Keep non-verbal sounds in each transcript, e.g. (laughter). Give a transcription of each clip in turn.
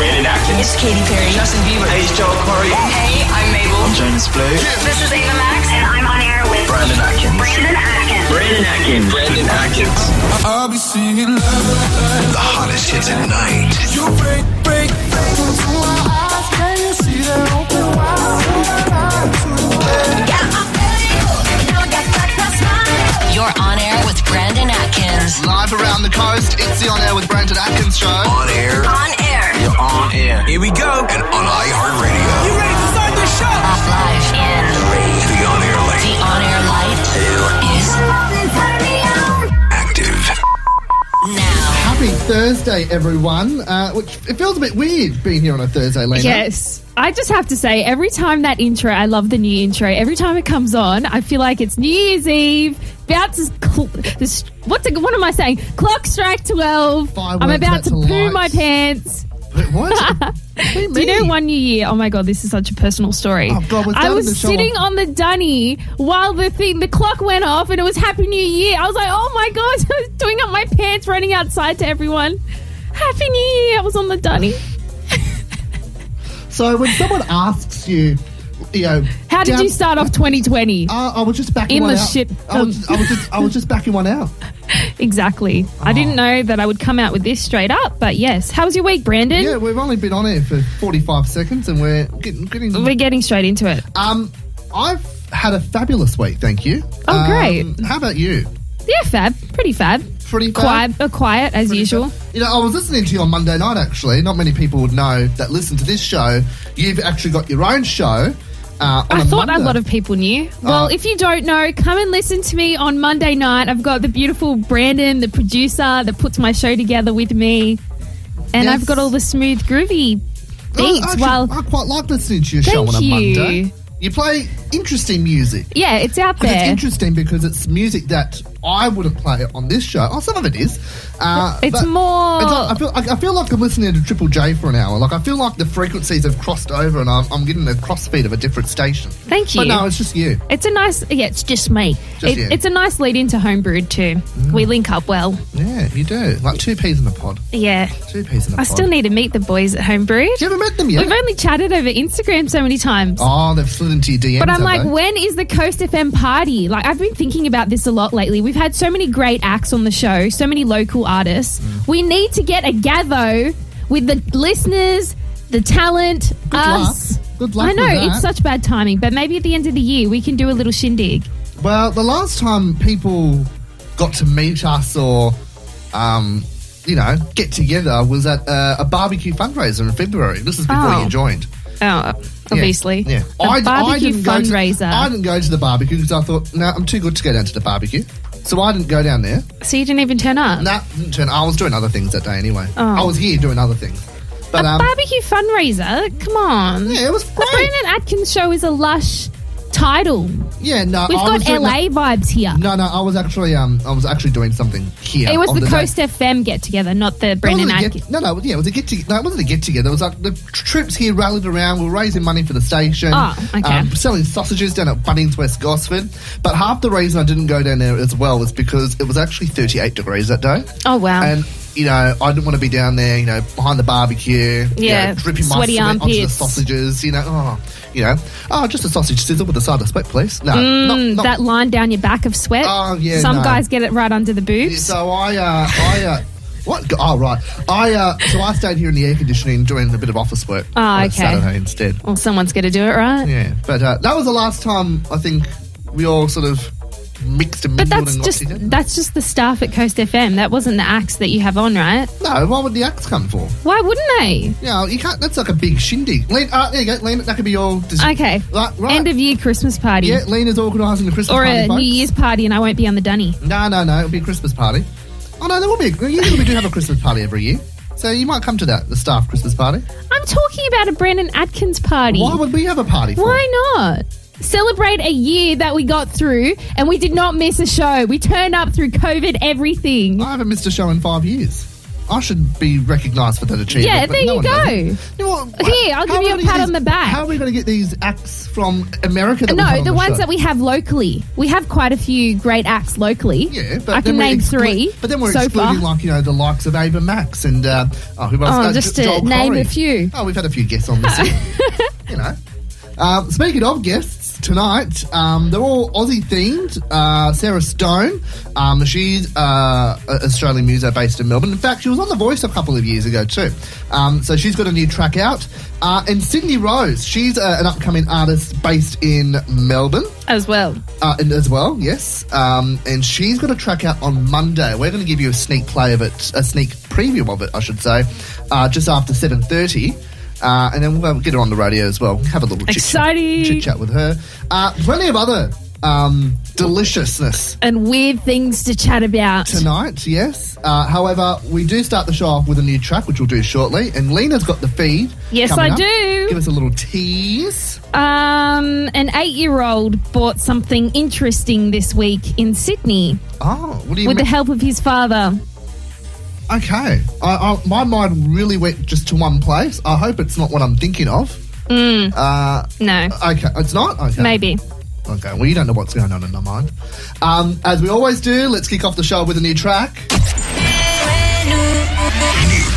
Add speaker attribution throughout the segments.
Speaker 1: It's Katy Perry.
Speaker 2: Justin Bieber.
Speaker 3: Hey, it's Joel Corey.
Speaker 4: Hey, I'm Mabel.
Speaker 5: I'm Jonas Blue.
Speaker 6: This is Ava Max, and I'm on air with
Speaker 7: Brandon Atkins.
Speaker 6: Brandon Atkins.
Speaker 7: Brandon Atkins.
Speaker 3: Brandon Atkins.
Speaker 8: I'll be singing love, love.
Speaker 9: The hottest hits at night.
Speaker 8: You break, break, break into my eyes. Can you see them open wide?
Speaker 1: You're on air with Brandon Atkins.
Speaker 10: Live around the coast, it's the On Air with Brandon Atkins show.
Speaker 9: On air.
Speaker 6: On air.
Speaker 7: You're on air.
Speaker 9: Here we go. And on iHeartRadio.
Speaker 11: You ready to start the show?
Speaker 1: Off live in
Speaker 9: three. The on air light.
Speaker 1: The on air light.
Speaker 9: Two.
Speaker 1: Is
Speaker 9: active.
Speaker 1: now.
Speaker 10: Happy Thursday, everyone. Uh, which it feels a bit weird being here on a Thursday, Lena.
Speaker 12: Yes. I just have to say, every time that intro, I love the new intro. Every time it comes on, I feel like it's New Year's Eve. About to, cl- this, what's it, what am I saying? Clock strike twelve.
Speaker 10: Fireworks,
Speaker 12: I'm about
Speaker 10: that's
Speaker 12: to
Speaker 10: a
Speaker 12: poo
Speaker 10: light.
Speaker 12: my pants.
Speaker 10: Wait, what?
Speaker 12: (laughs)
Speaker 10: what do you
Speaker 12: Do you
Speaker 10: mean?
Speaker 12: know one new year? Oh my god, this is such a personal story.
Speaker 10: Oh, God, we're
Speaker 12: I
Speaker 10: starting the
Speaker 12: was
Speaker 10: show
Speaker 12: sitting
Speaker 10: off-
Speaker 12: on the dunny while the thing, the clock went off, and it was Happy New Year. I was like, oh my god, (laughs) I was doing up my pants, running outside to everyone. Happy New Year! I was on the dunny.
Speaker 10: So when someone asks you, you know,
Speaker 12: How did
Speaker 10: down-
Speaker 12: you start off 2020?
Speaker 10: Uh, I was just backing
Speaker 12: In
Speaker 10: one
Speaker 12: the
Speaker 10: out.
Speaker 12: shit-
Speaker 10: I was, just, I was just, I was just backing one out.
Speaker 12: Exactly. I didn't
Speaker 10: Oh.
Speaker 12: know that I would come out with this straight up, but yes. How was your week, Brandon?
Speaker 10: Yeah, we've only been on air for 45 seconds, and we're getting, getting
Speaker 12: We're getting straight into it.
Speaker 10: Um, I've had a fabulous week, thank you.
Speaker 12: Oh,
Speaker 10: Um,
Speaker 12: great.
Speaker 10: How about you?
Speaker 12: Yeah, fab. Pretty fab.
Speaker 10: Pretty fab?
Speaker 12: Quiet, uh, quiet as
Speaker 10: Pretty
Speaker 12: usual.
Speaker 10: fab? You know, I was listening to you on Monday night. Actually, not many people would know that listen to this show. You've actually got your own show. Uh, on
Speaker 12: I
Speaker 10: a
Speaker 12: thought
Speaker 10: Monday.
Speaker 12: a lot of people knew. Well,
Speaker 10: Oh.
Speaker 12: if you don't know, come and listen to me on Monday night. I've got the beautiful Brandon, the producer that puts my show together with me, and
Speaker 10: Yes. Oh,
Speaker 12: I've got all the smooth, groovy
Speaker 10: I,
Speaker 12: beats.
Speaker 10: actually-
Speaker 12: while
Speaker 10: I quite like listening to your show
Speaker 12: Thank
Speaker 10: on a
Speaker 12: you.
Speaker 10: Monday. You play interesting music.
Speaker 12: yeah, it's out
Speaker 10: But It's
Speaker 12: there.
Speaker 10: interesting because it's music that I wouldn't play on this show. Oh, some of it is. Uh,
Speaker 12: It's
Speaker 10: but
Speaker 12: more-
Speaker 10: it's like- I, feel, I, I feel like I'm listening to Triple J for an hour. Like I feel like the frequencies have crossed over, and I'm, I'm getting a crossfeed of a different station.
Speaker 12: Thank you.
Speaker 10: But no, it's just you.
Speaker 12: It's a nice, yeah, it's just me.
Speaker 10: Just you. Mm.
Speaker 12: it, it's a nice lead into homebrewed too. We link up well.
Speaker 10: Yeah, you do. Like two peas in a pod.
Speaker 12: Yeah.
Speaker 10: Two peas in a pod.
Speaker 12: I still need to meet the boys at Homebrewed.
Speaker 10: You haven't met them yet.
Speaker 12: We've only chatted over Instagram so many times.
Speaker 10: oh, they've slid into your DMs.
Speaker 12: But I'm
Speaker 10: have
Speaker 12: like,
Speaker 10: they?
Speaker 12: when is the Coast FM party? Like, I've been thinking about this a lot lately. We've had so many great acts on the show, so many local artists.
Speaker 10: Mm.
Speaker 12: We need to get a gather with the listeners, the talent, us.
Speaker 10: luck. Good luck
Speaker 12: I know,
Speaker 10: with that.
Speaker 12: it's such bad timing, but maybe at the end of the year we can do a little shindig.
Speaker 10: Well, the last time people got to meet us or, um, you know, get together was at uh, a barbecue fundraiser in February. This is before
Speaker 12: Oh.
Speaker 10: you joined.
Speaker 12: Oh,
Speaker 10: Yeah,
Speaker 12: obviously.
Speaker 10: Yeah.
Speaker 12: A
Speaker 10: I- I
Speaker 12: barbecue
Speaker 10: didn't go to-
Speaker 12: fundraiser.
Speaker 10: I didn't go to the barbecue because I thought, no, I'm too good to go down to the barbecue. So I didn't go down there.
Speaker 12: so you didn't even turn up?
Speaker 10: Nah, didn't turn. I was doing other things that day anyway.
Speaker 12: Oh.
Speaker 10: I was here doing other things. But,
Speaker 12: a
Speaker 10: um,
Speaker 12: barbecue fundraiser? Come on.
Speaker 10: yeah, it was
Speaker 12: The
Speaker 10: great.
Speaker 12: Brandon Atkins show is a lush title.
Speaker 10: Yeah, no,
Speaker 12: We've
Speaker 10: I was
Speaker 12: got
Speaker 10: doing
Speaker 12: LA vibes here.
Speaker 10: that- No, no, I was actually, um, I was actually doing something here.
Speaker 12: it was
Speaker 10: on
Speaker 12: the,
Speaker 10: the day.
Speaker 12: Coast FM get together, not the
Speaker 10: It wasn't
Speaker 12: Brandon
Speaker 10: a get-
Speaker 12: Atkins.
Speaker 10: No, no, yeah, it was a get together. No, it wasn't a get together. It was like the tr- troops here rallied around. We were raising money for the station. um,
Speaker 12: Oh, okay.
Speaker 10: selling sausages down at Bunnings, West Gosford. But half the reason I didn't go down there as well was because it was actually 38 degrees that day.
Speaker 12: Oh, wow.
Speaker 10: And, you know, I didn't want to be down there, you know, behind the barbecue. you
Speaker 12: Yeah,
Speaker 10: know, dripping my
Speaker 12: sweaty
Speaker 10: sweat onto the
Speaker 12: armpits.
Speaker 10: sausages, you know. Oh, you know. Oh, just a sausage sizzle with a side of split, please. No, not,
Speaker 12: Mm,
Speaker 10: not-
Speaker 12: that line down your back of sweat.
Speaker 10: Oh, yeah,
Speaker 12: Some
Speaker 10: no.
Speaker 12: guys get it right under the boobs.
Speaker 10: (laughs) So I, uh, I, uh, what? Oh, right. I, uh, so I stayed here in the air conditioning doing a bit of office work.
Speaker 12: Oh,
Speaker 10: on a
Speaker 12: okay.
Speaker 10: Saturday instead.
Speaker 12: well, someone's going to do it, right?
Speaker 10: Yeah, but uh, that was the last time I think we all sort of mixed and
Speaker 12: But
Speaker 10: mingled
Speaker 12: that's
Speaker 10: and got
Speaker 12: just
Speaker 10: together.
Speaker 12: that's just the staff at Coast FM. That wasn't the acts that you have on, right?
Speaker 10: No, what would the axe come for?
Speaker 12: Why wouldn't they?
Speaker 10: You know, you can't. That's like a big shindig. Lean, uh, there you go, Lean. That could be your. Dis-
Speaker 12: Okay.
Speaker 10: Right, right.
Speaker 12: End of year Christmas party
Speaker 10: yeah, Lena's organising a Christmas
Speaker 12: or
Speaker 10: party.
Speaker 12: a
Speaker 10: folks.
Speaker 12: New Year's party, and I won't be on the dunny.
Speaker 10: No, no, no. It'll be a Christmas party. Oh no, there will be. A, usually we do have a Christmas party every year, so you might come to that, the staff Christmas party.
Speaker 12: I'm talking about a Brandon Atkins party.
Speaker 10: Why would we have a party? For?
Speaker 12: Why not? Celebrate a year that we got through and we did not miss a show. We turned up through COVID everything.
Speaker 10: Ah, I haven't missed a show in five years. I should be recognised for that achievement.
Speaker 12: Yeah,
Speaker 10: but
Speaker 12: there
Speaker 10: no
Speaker 12: you
Speaker 10: one
Speaker 12: go.
Speaker 10: does. You know what?
Speaker 12: Here,
Speaker 10: How
Speaker 12: I'll give you
Speaker 10: are
Speaker 12: a
Speaker 10: we gonna
Speaker 12: pat
Speaker 10: get
Speaker 12: on
Speaker 10: these-
Speaker 12: the back.
Speaker 10: How are we going to get these acts from America? That we've had
Speaker 12: No,
Speaker 10: on
Speaker 12: the ones that
Speaker 10: show?
Speaker 12: we have locally. We have quite a few great acts locally.
Speaker 10: Yeah, but
Speaker 12: I
Speaker 10: then
Speaker 12: can
Speaker 10: we're
Speaker 12: name
Speaker 10: exclu-
Speaker 12: three.
Speaker 10: But then we're
Speaker 12: so
Speaker 10: excluding
Speaker 12: far.
Speaker 10: like you know the likes of Ava Max and uh, oh, who else?
Speaker 12: Oh,
Speaker 10: Uh,
Speaker 12: just
Speaker 10: Jo-
Speaker 12: to
Speaker 10: Joel
Speaker 12: name
Speaker 10: Corey.
Speaker 12: a few.
Speaker 10: Oh, we've had a few guests on
Speaker 12: (laughs)
Speaker 10: this. one. you know. Um, speaking of guests tonight, um, they're all Aussie themed. Uh, Sarah Stone, um, she's uh, a- Australian muso based in Melbourne. In fact, she was on The Voice a couple of years ago too. Um, so she's got a new track out. Uh, and Sydney Rose, she's uh, an upcoming artist based in Melbourne
Speaker 12: as well.
Speaker 10: uh, and as well, yes. Um, and she's got a track out on Monday. We're going to give you a sneak play of it, a sneak preview of it, I should say, uh, just after seven thirty. Uh, and then we'll get her on the radio as well. Have a little
Speaker 12: Exciting.
Speaker 10: chit chat with her. Uh, plenty of other um, deliciousness
Speaker 12: And weird things to chat about.
Speaker 10: tonight, yes. Uh, however, we do start the show off with a new track, which we'll do shortly. And Lena's got the feed.
Speaker 12: Yes,
Speaker 10: coming
Speaker 12: I
Speaker 10: up.
Speaker 12: do.
Speaker 10: Give us a little tease.
Speaker 12: Um, an eight-year-old bought something interesting this week in Sydney
Speaker 10: Oh, what do you
Speaker 12: with the
Speaker 10: mean?
Speaker 12: help of his father.
Speaker 10: Okay. I, I, my mind really went just to one place. I hope it's not what I'm thinking of. Uh,
Speaker 12: No,
Speaker 10: okay. It's not? Okay.
Speaker 12: maybe.
Speaker 10: Okay. Well, you don't know what's going on in my mind. Um, as we always do, let's kick off the show with a new track.
Speaker 9: New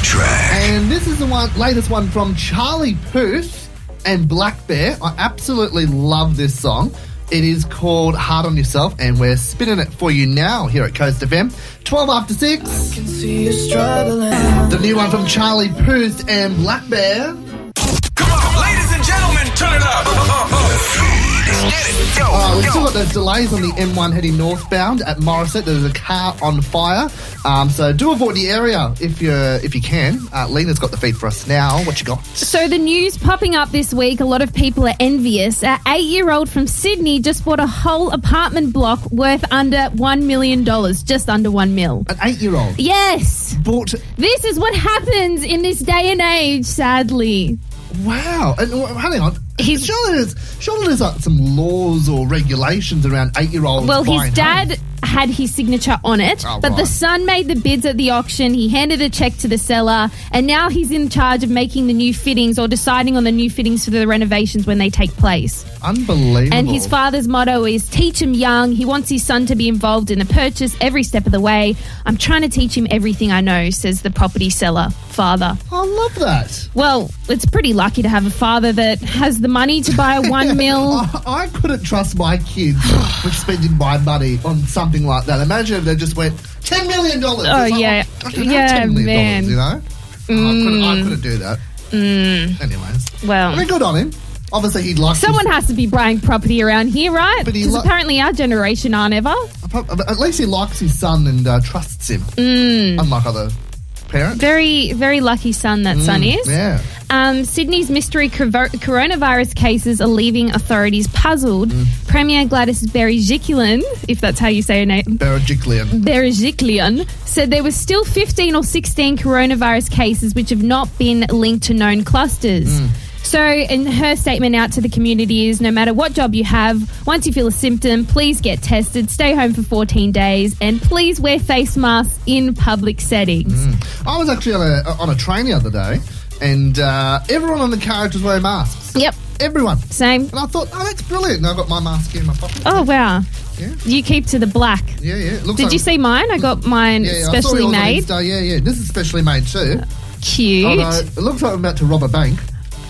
Speaker 9: track.
Speaker 10: And this is the one latest one from Charlie Puth and Black Bear. I absolutely love this song. It is called Hard on Yourself, and we're spinning it for you now here at Coast FM. 12 after 6.
Speaker 8: See you struggling.
Speaker 10: The new one from Charlie Puth and Black Bear.
Speaker 9: Come on, ladies and gentlemen, turn it up. Let's get it. Go,
Speaker 10: Uh, we've still
Speaker 9: go.
Speaker 10: got those delays on the M1 heading northbound at Morisset. There's a car on fire, um, so do avoid the area if you if you can. Uh, Lena's got the feed for us now. What you got?
Speaker 12: So the news popping up this week, a lot of people are envious. An eight-year-old from Sydney just bought a whole apartment block worth under one million dollars, just under one mil.
Speaker 10: An eight-year-old
Speaker 12: Yes,
Speaker 10: bought.
Speaker 12: this is what happens in this day and age. Sadly,
Speaker 10: Wow! And uh, hang on.
Speaker 12: He's-
Speaker 10: surely there's surely there's like uh, some laws or regulations around eight-year-olds.
Speaker 12: well, his
Speaker 10: buying
Speaker 12: dad
Speaker 10: homes.
Speaker 12: had his signature on it,
Speaker 10: Oh,
Speaker 12: but the
Speaker 10: right.
Speaker 12: son made the bids at the auction. He handed a check to the seller, and now he's in charge of making the new fittings or deciding on the new fittings for the renovations when they take place.
Speaker 10: Unbelievable.
Speaker 12: And his father's motto is teach him young. He wants his son to be involved in the purchase every step of the way. I'm trying to teach him everything I know, says the property seller father.
Speaker 10: I love that.
Speaker 12: Well, it's pretty lucky to have a father that has the money to buy
Speaker 10: (laughs)
Speaker 12: a one mil.
Speaker 10: I, I couldn't trust my kids
Speaker 12: (sighs)
Speaker 10: with spending my money on something like that. Imagine if they just went ten million dollars.
Speaker 12: Oh, yeah.
Speaker 10: I don't have
Speaker 12: Yeah,
Speaker 10: $10 million,
Speaker 12: man. Mm.
Speaker 10: You know, Oh, I, couldn't, I couldn't do that. Anyways,
Speaker 12: Well.
Speaker 10: I mean, good on him. Obviously, he'd like
Speaker 12: Someone has to be buying property around here, right?
Speaker 10: But he
Speaker 12: Because
Speaker 10: lo-
Speaker 12: apparently our generation aren't ever.
Speaker 10: His, at least he likes his son and uh, trusts him,
Speaker 12: Mm.
Speaker 10: unlike other parents.
Speaker 12: Very, very lucky son that son is.
Speaker 10: Mm, Yeah.
Speaker 12: Um, Sydney's mystery covo- coronavirus cases are leaving authorities puzzled.
Speaker 10: Mm.
Speaker 12: Premier Gladys Berejiklian, if that's how you say her name,
Speaker 10: Berejiklian.
Speaker 12: Berejiklian said there were still 15 or 16 coronavirus cases which have not been linked to known
Speaker 10: Hmm.
Speaker 12: clusters. So, in her statement out to the community is no matter what job you have, once you feel a symptom, please get tested, stay home for 14 days, and please wear face masks in public settings.
Speaker 10: Hmm. I was actually on a, on a train the other day, and uh, everyone on the carriage was wearing masks.
Speaker 12: Yep,
Speaker 10: Everyone.
Speaker 12: same.
Speaker 10: And I thought, oh, that's brilliant. And I got my mask in my pocket.
Speaker 12: Oh, wow.
Speaker 10: Yeah.
Speaker 12: You keep to the black.
Speaker 10: Yeah, yeah. It looks
Speaker 12: Did
Speaker 10: like-
Speaker 12: you see mine? I got mine
Speaker 10: Yeah, yeah, I saw
Speaker 12: specially
Speaker 10: yours on
Speaker 12: made. Oh,
Speaker 10: Insta. Yeah, yeah. This is specially made too.
Speaker 12: Cute.
Speaker 10: Although it looks like I'm about to rob a bank.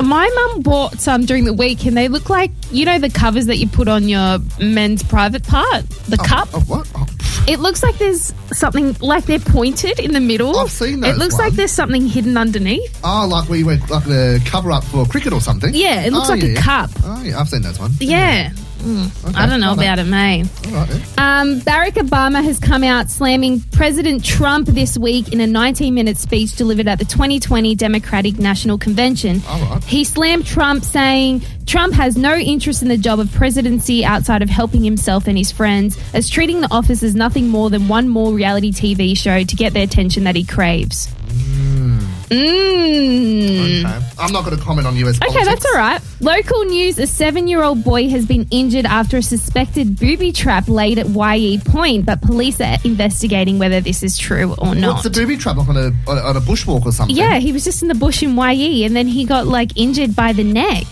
Speaker 12: My mum bought some during the week, and they look like you know the covers that you put on your men's private part, the cup.
Speaker 10: Oh, what? Oh, pff.
Speaker 12: It looks like there's something like they're pointed in the middle.
Speaker 10: I've seen those
Speaker 12: It looks
Speaker 10: ones.
Speaker 12: like there's something hidden underneath.
Speaker 10: Oh, like where you wear like the cover up for cricket or something.
Speaker 12: Yeah, it looks
Speaker 10: Oh,
Speaker 12: like
Speaker 10: yeah,
Speaker 12: a
Speaker 10: yeah.
Speaker 12: cup.
Speaker 10: Oh, yeah. I've seen those ones.
Speaker 12: Yeah. Mm, I don't know
Speaker 10: I know.
Speaker 12: about it, mate.
Speaker 10: All right, yeah.
Speaker 12: Um, Barack Obama has come out slamming President Trump this week in a 19 minute speech delivered at the 2020 Democratic National Convention.
Speaker 10: All right.
Speaker 12: He slammed Trump, saying Trump has no interest in the job of presidency outside of helping himself and his friends, as treating the office as nothing more than one more reality
Speaker 10: Mm.
Speaker 12: TV show to get the attention that he craves. Mmm.
Speaker 10: Okay. I'm not going to comment on US
Speaker 12: Okay,
Speaker 10: politics.
Speaker 12: that's all right. Local news a seven year old boy has been injured after a suspected booby trap laid at YE Point, but police are investigating whether this is true or
Speaker 10: What's
Speaker 12: not.
Speaker 10: the booby trap like on a on a- on a bushwalk or something?
Speaker 12: yeah, he was just in the bush in YE and then he got like injured by the neck.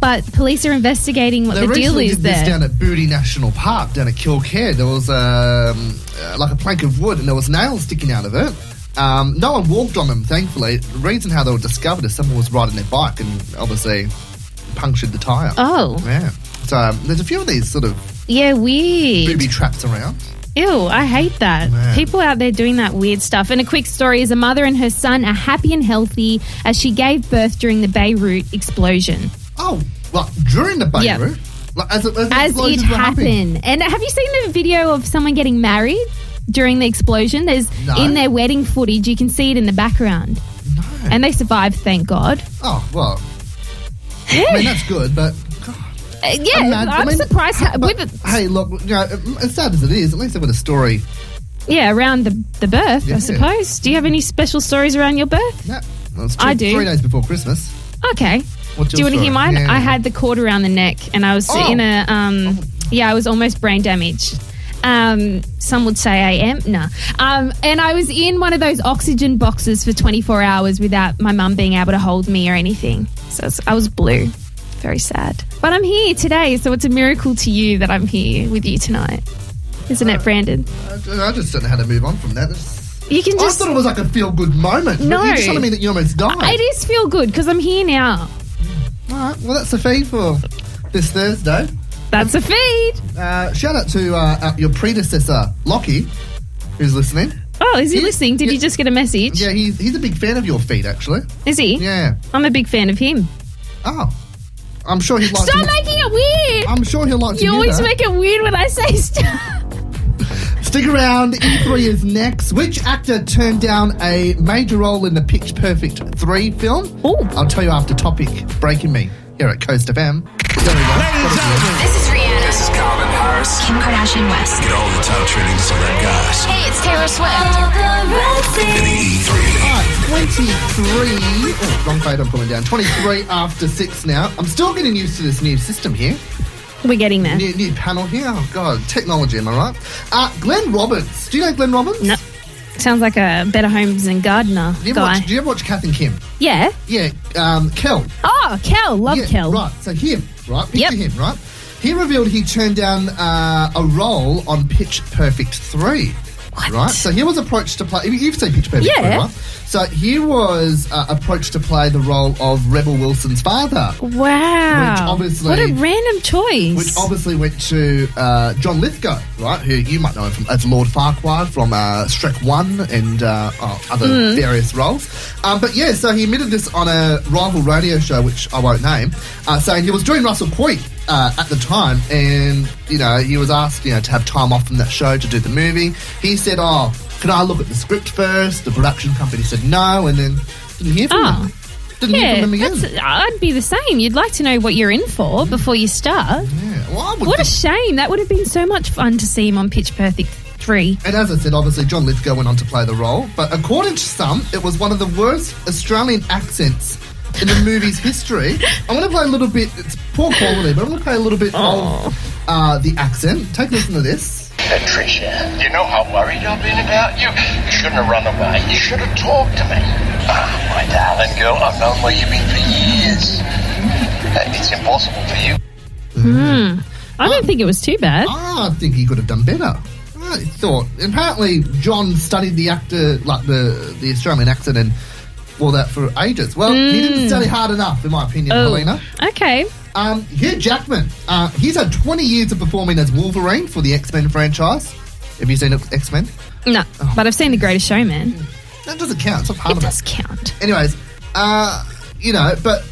Speaker 12: But police are investigating what
Speaker 10: Oh. They
Speaker 12: the deal
Speaker 10: recently
Speaker 12: is
Speaker 10: did this
Speaker 12: there.
Speaker 10: down at Booty National Park, down at Kilcare. There was um, uh, like a plank of wood, and there was nails sticking out of it. Um, no one walked on them, thankfully. The reason how they were discovered is someone was riding their bike and obviously punctured the tire.
Speaker 12: Oh.
Speaker 10: yeah. So um, there's a few of these sort of
Speaker 12: yeah, weird.
Speaker 10: booby traps around.
Speaker 12: Ew, I hate that.
Speaker 10: Man.
Speaker 12: People out there doing that weird stuff. And a quick story is a mother and her son are happy and healthy as she gave birth during the Beirut explosion.
Speaker 10: Oh, like during the Beirut,
Speaker 12: Yeah.
Speaker 10: like as it, as, the
Speaker 12: As it
Speaker 10: explosions were happening.
Speaker 12: happened. And have you seen the video of someone getting married during the explosion? There's
Speaker 10: No.
Speaker 12: in their wedding footage, you can see it in the background.
Speaker 10: No.
Speaker 12: And they survived, thank God.
Speaker 10: oh well, I mean that's good, but. God.
Speaker 12: Uh, yeah,
Speaker 10: Mad- I
Speaker 12: I'm
Speaker 10: mean,
Speaker 12: surprised. How,
Speaker 10: but,
Speaker 12: with,
Speaker 10: hey, look, you know, as sad as it is, at least they have got a story.
Speaker 12: yeah, around the, the birth,
Speaker 10: Yeah.
Speaker 12: I suppose. Do you have any special stories around your birth?
Speaker 10: No, well, it's
Speaker 12: I
Speaker 10: two-
Speaker 12: do.
Speaker 10: Three days before Christmas.
Speaker 12: Okay.
Speaker 10: What's
Speaker 12: Do you
Speaker 10: your
Speaker 12: want to
Speaker 10: story?
Speaker 12: hear mine?
Speaker 10: Yeah.
Speaker 12: I had the cord around the neck, and I was
Speaker 10: Oh.
Speaker 12: in a um, yeah, I was almost brain damaged. Um, some would say I am. Nah. Um, and I was in one of those oxygen boxes for 24 hours without my mum being able to hold me or anything. So it's- I was blue. Very sad. But I'm here today, so it's a miracle to you that I'm here with you tonight. Isn't it, Brandon?
Speaker 10: I, I just don't know how to move on from that. It's-
Speaker 12: You can just.
Speaker 10: Oh, I thought it was like a feel good moment. but
Speaker 12: No.
Speaker 10: You're telling me that you almost died.
Speaker 12: It is feel good because I'm here now.
Speaker 10: All right, well, that's the feed for this Thursday.
Speaker 12: That's a feed.
Speaker 10: Uh, shout out to uh, uh, your predecessor, Lockie, who's listening.
Speaker 12: Oh, is he
Speaker 10: Yeah,
Speaker 12: listening? Did
Speaker 10: yeah.
Speaker 12: you just get a message?
Speaker 10: Yeah, he's, he's a big fan of your feed, actually.
Speaker 12: Is he?
Speaker 10: Yeah.
Speaker 12: I'm a big fan of him.
Speaker 10: Oh. I'm sure he'd like to.
Speaker 12: Stop making it weird.
Speaker 10: I'm sure he'll like to
Speaker 12: you
Speaker 10: hear
Speaker 12: always
Speaker 10: that.
Speaker 12: make it weird when I say stuff.
Speaker 10: Stick around. E3 is next. Which actor turned down a major role in the Pitch Perfect 3 film?
Speaker 12: Ooh.
Speaker 10: I'll tell you after topic. Breaking me here at Coast FM. There we go.
Speaker 1: This is Rihanna.
Speaker 9: This is Calvin Harris.
Speaker 1: Kim Kardashian West.
Speaker 9: Get all the top trending celeb guys.
Speaker 1: Hey, it's Taylor Swift.
Speaker 9: In the E3.
Speaker 10: Alright, 23. Oh, wrong fade, I'm pulling down. 23 after 6 now. I'm still getting used to this new system here.
Speaker 12: We're getting there.
Speaker 10: New, new panel here. Oh, God. Technology, am I right? Uh, Glenn Roberts. Do you know Glenn Roberts?
Speaker 12: No. Sounds like a Better Homes and Gardener
Speaker 10: Do you ever
Speaker 12: guy.
Speaker 10: watch, do you ever watch Kath and Kim?
Speaker 12: yeah.
Speaker 10: Yeah, um, Kel.
Speaker 12: Oh, Kel. Love
Speaker 10: yeah,
Speaker 12: Kel.
Speaker 10: Right, so him, right? Picture
Speaker 12: Yep.
Speaker 10: him, right? He revealed he turned down uh, a role on Pitch Perfect 3. Right? So he was approached to play. you- You've seen Pitch Perfect
Speaker 12: Yeah.
Speaker 10: 3, right? So he was uh, approached to play the role of Rebel Wilson's father,
Speaker 12: Wow.
Speaker 10: Which obviously-
Speaker 12: what a random choice.
Speaker 10: which obviously went to uh, John Lithgow, right? Who you might know him from, as Lord Farquhar from uh, Shrek 1 and uh, oh, other
Speaker 12: Hmm.
Speaker 10: various roles. Um, but yeah, so he admitted this on a rival radio show, which I won't name, uh, saying he was doing Russell Queek. Uh, at the time, and you know, he was asked, you know, to have time off from that show to do the movie. He said, "Oh, could I look at the script first? The production company said no, and then didn't hear from
Speaker 12: Oh.
Speaker 10: him. Didn't hear
Speaker 12: yeah,
Speaker 10: from him again.
Speaker 12: that's, I'd be the same. You'd like to know what you're in for before you start.
Speaker 10: Yeah. Well, I would
Speaker 12: What a
Speaker 10: think-
Speaker 12: shame. That would have been so much fun to see him on Pitch Perfect 3.
Speaker 10: And as I said, obviously John Lithgow went on to play the role, but according to some, it was one of the worst Australian accents in the movie's history. I'm going to play a little bit. It's poor quality, but I'm going to play a little bit of uh, the accent. Take a listen to this.
Speaker 2: Patricia, you know how worried I've been about you. You shouldn't have run away. You should have talked to me. Ah, my darling girl, I've known where you've been for years. Uh, It's impossible for you.
Speaker 12: I
Speaker 10: Oh.
Speaker 12: don't think it was too bad.
Speaker 10: Ah, I think he could have done better. I thought. And apparently, John studied the actor, like the the Australian accent, and all that for ages. Well, he didn't study hard enough, in my opinion, Helena.
Speaker 12: Oh. okay.
Speaker 10: Um, Hugh Jackman. Uh, he's had 20 years of performing as Wolverine for the X Men franchise. Have you seen X Men?
Speaker 12: No,
Speaker 10: Oh.
Speaker 12: but I've seen The Greatest
Speaker 10: Mm.
Speaker 12: Showman.
Speaker 10: That doesn't count. It's not part
Speaker 12: It
Speaker 10: of
Speaker 12: does
Speaker 10: it.
Speaker 12: count.
Speaker 10: Anyways, uh, you know, but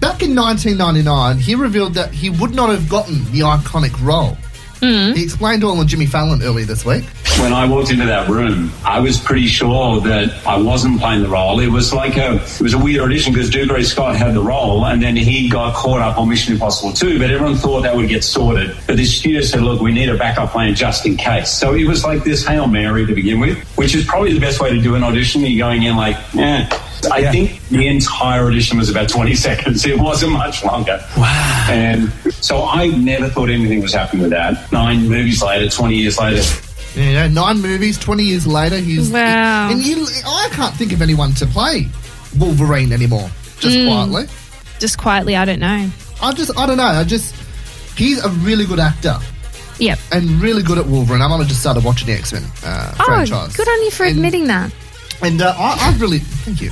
Speaker 10: back in 1999, he revealed that he would not have gotten the iconic role.
Speaker 12: Hmm.
Speaker 10: He explained all on Jimmy Fallon earlier this week.
Speaker 3: when I walked into that room, I was pretty sure that I wasn't playing the role. It was like a, it was a weird audition because Dougray Scott had the role and then he got caught up on Mission Impossible 2, but everyone thought that would get sorted. But the studio said, look, we need a backup plan just in case. So it was like this Hail Mary to begin with, which is probably the best way to do an audition. You're going in like, eh. I
Speaker 4: Yeah.
Speaker 3: think the entire audition was about 20 (laughs) seconds. It wasn't much longer.
Speaker 4: Wow.
Speaker 3: And so I never thought anything was happening with that. Nine movies later, 20 years later,
Speaker 10: Yeah, you know, nine movies, 20 years later, he's.
Speaker 12: Wow.
Speaker 10: And you, I can't think of anyone to play Wolverine anymore, just
Speaker 12: Hmm.
Speaker 10: quietly.
Speaker 12: Just quietly, I don't know.
Speaker 10: I just, I don't know. I just. He's a really good actor
Speaker 12: Yep.
Speaker 10: and really good at Wolverine. I might have just started watching the X Men uh, franchise.
Speaker 12: Oh, good on you for
Speaker 10: And-
Speaker 12: admitting that.
Speaker 10: And uh, I, I really. Thank
Speaker 12: (laughs)
Speaker 10: you.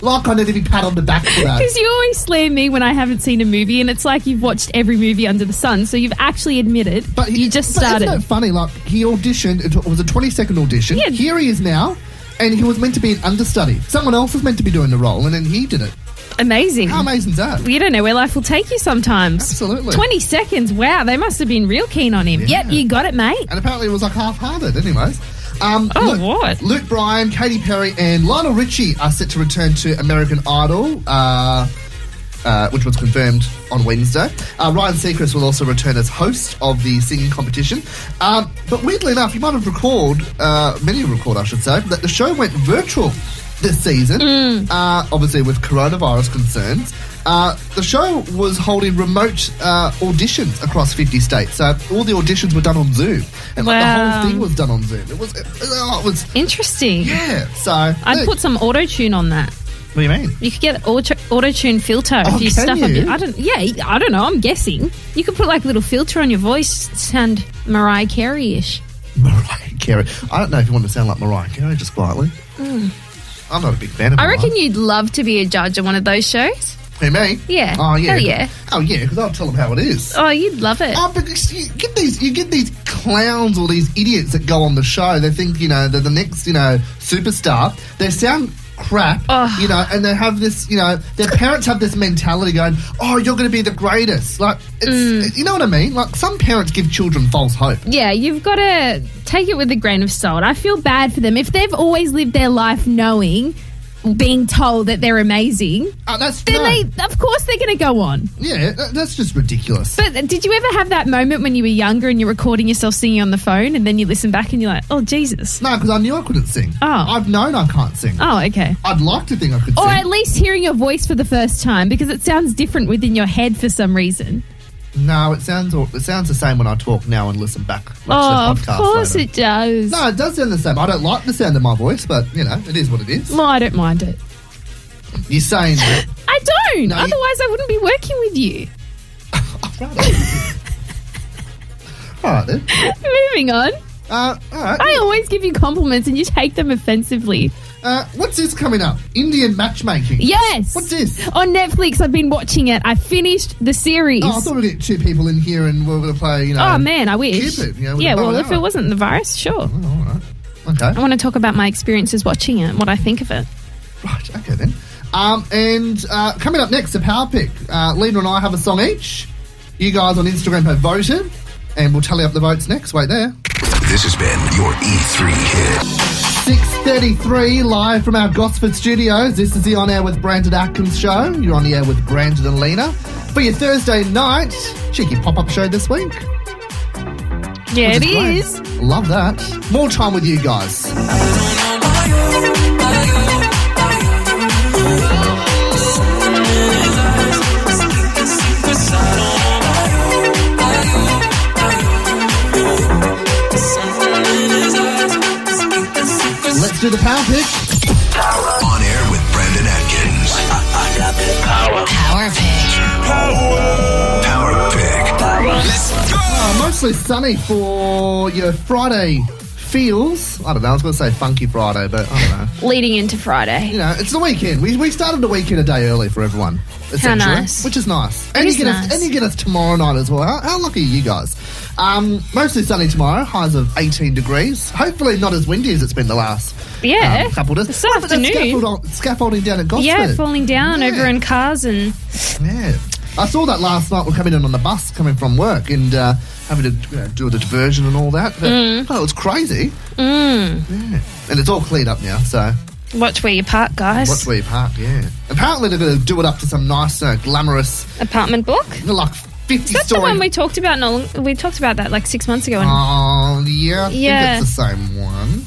Speaker 10: like I need to be pat on the back for that.
Speaker 12: Because you always slam me when I haven't seen a movie, and it's like you've watched every movie under the sun, so you've actually admitted
Speaker 10: he-
Speaker 12: you just
Speaker 10: but
Speaker 12: started.
Speaker 10: Isn't that funny? Like he auditioned. It was a twenty-second audition.
Speaker 12: Yeah.
Speaker 10: Here he is now, and he was meant to be an understudy. Someone else was meant to be doing the role, and then he did it.
Speaker 12: Amazing.
Speaker 10: How amazing is that?
Speaker 12: you don't know where life will take you sometimes.
Speaker 10: Absolutely.
Speaker 12: 20 seconds. Wow, they must have been real keen on him.
Speaker 10: Yeah.
Speaker 12: Yep, you got it, mate.
Speaker 10: And apparently it was like half-hearted. Anyways. Um,
Speaker 12: Oh,
Speaker 10: Luke,
Speaker 12: what?
Speaker 10: Luke Bryan, Katy Perry, and Lionel Richie are set to return to American Idol. Uh, uh, which was confirmed on Wednesday. Uh, Ryan Seacrest will also return as host of the singing competition. Um, but weirdly enough, you might have recalled, uh, many record, I should say, that the show went virtual this season, uh, obviously with coronavirus concerns. Uh, the show was holding remote uh, auditions across 50 states, so all the auditions were done on Zoom, and like the
Speaker 12: Wow.
Speaker 10: whole thing was done on Zoom. It was, it, oh, it was,
Speaker 12: Interesting.
Speaker 10: yeah. So
Speaker 12: I'd
Speaker 10: look,
Speaker 12: put some auto tune on that.
Speaker 10: what do you mean? (laughs)
Speaker 12: You could get auto tune filter
Speaker 10: Oh,
Speaker 12: if you
Speaker 10: can
Speaker 12: stuff up.
Speaker 10: you?
Speaker 12: Your, I don't. Yeah, I don't know. I'm guessing you could put like a little filter on your voice, sound Mariah Carey ish.
Speaker 10: Mariah Carey. I don't know if you want to sound like Mariah Carey just quietly. I'm not a big fan of.
Speaker 12: Hmm. I reckon
Speaker 10: Mariah.
Speaker 12: you'd love to be a judge on one of those shows.
Speaker 10: Who me?
Speaker 12: Yeah.
Speaker 10: Oh yeah.
Speaker 12: Hell yeah.
Speaker 10: Oh yeah. Because I'll tell them how it is.
Speaker 12: Oh, you'd love it.
Speaker 10: Oh, but you you get these, you get these clowns or these idiots that go on the show. They think you know they're the next you know superstar. They sound crap,
Speaker 12: Ugh.
Speaker 10: you know, and they have this you know their parents have this mentality going, oh, you're going to be the greatest. Like, it's,
Speaker 12: Mm.
Speaker 10: you know what I mean? Like some parents give children false hope.
Speaker 12: Yeah, you've got to take it with a grain of salt. I feel bad for them if they've always lived their life knowing, being told that they're amazing.
Speaker 10: Uh, that's
Speaker 12: Then
Speaker 10: no.
Speaker 12: they, of course, they're going to go on.
Speaker 10: yeah, that- that's just ridiculous.
Speaker 12: But did you ever have that moment when you were younger and you're recording yourself singing on the phone, and then you listen back and you're like, "Oh Jesus!"
Speaker 10: No, because I knew I couldn't sing.
Speaker 12: Oh.
Speaker 10: I've known I can't sing.
Speaker 12: Oh, okay.
Speaker 10: I'd like to think I could
Speaker 12: Or
Speaker 10: sing.
Speaker 12: at least hearing your voice for the first time because it sounds different within your head for some reason.
Speaker 10: no, it sounds all- it sounds the same when I talk now and listen back. to the
Speaker 12: Oh, of
Speaker 10: podcast
Speaker 12: course
Speaker 10: later.
Speaker 12: it does.
Speaker 10: No, it does sound the same. I don't like the sound of my voice, but you know, it is what it is.
Speaker 12: No, I don't mind it.
Speaker 10: You're saying that.
Speaker 12: I don't.
Speaker 10: No, you-
Speaker 12: Otherwise, I wouldn't be working with you. (laughs)
Speaker 10: all right then.
Speaker 12: Moving on.
Speaker 10: Uh, all right.
Speaker 12: I always give you compliments and you take them offensively.
Speaker 10: Uh, what's this coming up? Indian matchmaking.
Speaker 12: Yes.
Speaker 10: What's this?
Speaker 12: On Netflix, I've been watching it. I finished the series.
Speaker 10: Oh, I
Speaker 12: Oh,
Speaker 10: thought we'd get two people in here and we're going to play. You know.
Speaker 12: man, I wish.
Speaker 10: Keep it, yeah, with
Speaker 12: yeah,
Speaker 10: a bow
Speaker 12: well,
Speaker 10: and
Speaker 12: if
Speaker 10: arrow.
Speaker 12: it wasn't the virus, sure.
Speaker 10: Oh, all right. Okay.
Speaker 12: I want to talk about my experiences watching it, what I think of it.
Speaker 10: Right. Okay then. Um, and uh, coming up next, a power pick. Uh, Lena and I have a song each. You guys on Instagram have voted, and we'll tally up the votes next. Wait there.
Speaker 9: This has been your E3 hit.
Speaker 10: 6.33 live from our Gosford studios. This is the On Air with Brandon Atkins show. You're on the air with Brandon and Lena. For your Thursday night, cheeky pop-up show this week.
Speaker 12: Yeah, it
Speaker 10: Which great.
Speaker 12: is.
Speaker 10: Love that. More time with you guys. Let's do the power pick.
Speaker 9: On air with Brandon Atkins.
Speaker 1: Power pick.
Speaker 9: Power pick. Let's go.
Speaker 10: Uh, mostly sunny for your Friday feels. I don't know. I was going to say funky Friday, but I don't know.
Speaker 12: Leading into Friday.
Speaker 10: you know, it's the weekend. We, we started the weekend a day early for everyone. essentially,
Speaker 12: nice.
Speaker 10: Which is nice. And
Speaker 12: is
Speaker 10: you get us
Speaker 12: nice.
Speaker 10: and you get us tomorrow night as well. How, how lucky are you guys? Um, mostly sunny tomorrow, highs of 18 degrees. Hopefully not as windy as it's been the last
Speaker 12: Yeah.
Speaker 10: um, couple of days.
Speaker 12: This
Speaker 10: What about that
Speaker 12: afternoon.
Speaker 10: Scaffold, scaffolding down at Gosford.
Speaker 12: Yeah, falling down
Speaker 10: Yeah.
Speaker 12: over in cars and
Speaker 10: Yeah. I saw that last night. We're coming in on the bus, coming from work, and uh, having to you know, do the diversion and all that. But,
Speaker 12: Mm.
Speaker 10: Oh, it was crazy. Yeah. And it's all cleaned up now, so
Speaker 12: watch where you park, guys.
Speaker 10: What's Wave Park? Yeah. Apparently they're going to do it up to some nice, uh, glamorous,
Speaker 12: Apartment block.
Speaker 10: you know, like fifty
Speaker 12: That's
Speaker 10: story.
Speaker 12: the one we talked about. Not long, we talked about that like six months ago. And
Speaker 10: oh yeah, I
Speaker 12: Yeah.
Speaker 10: think it's the same one.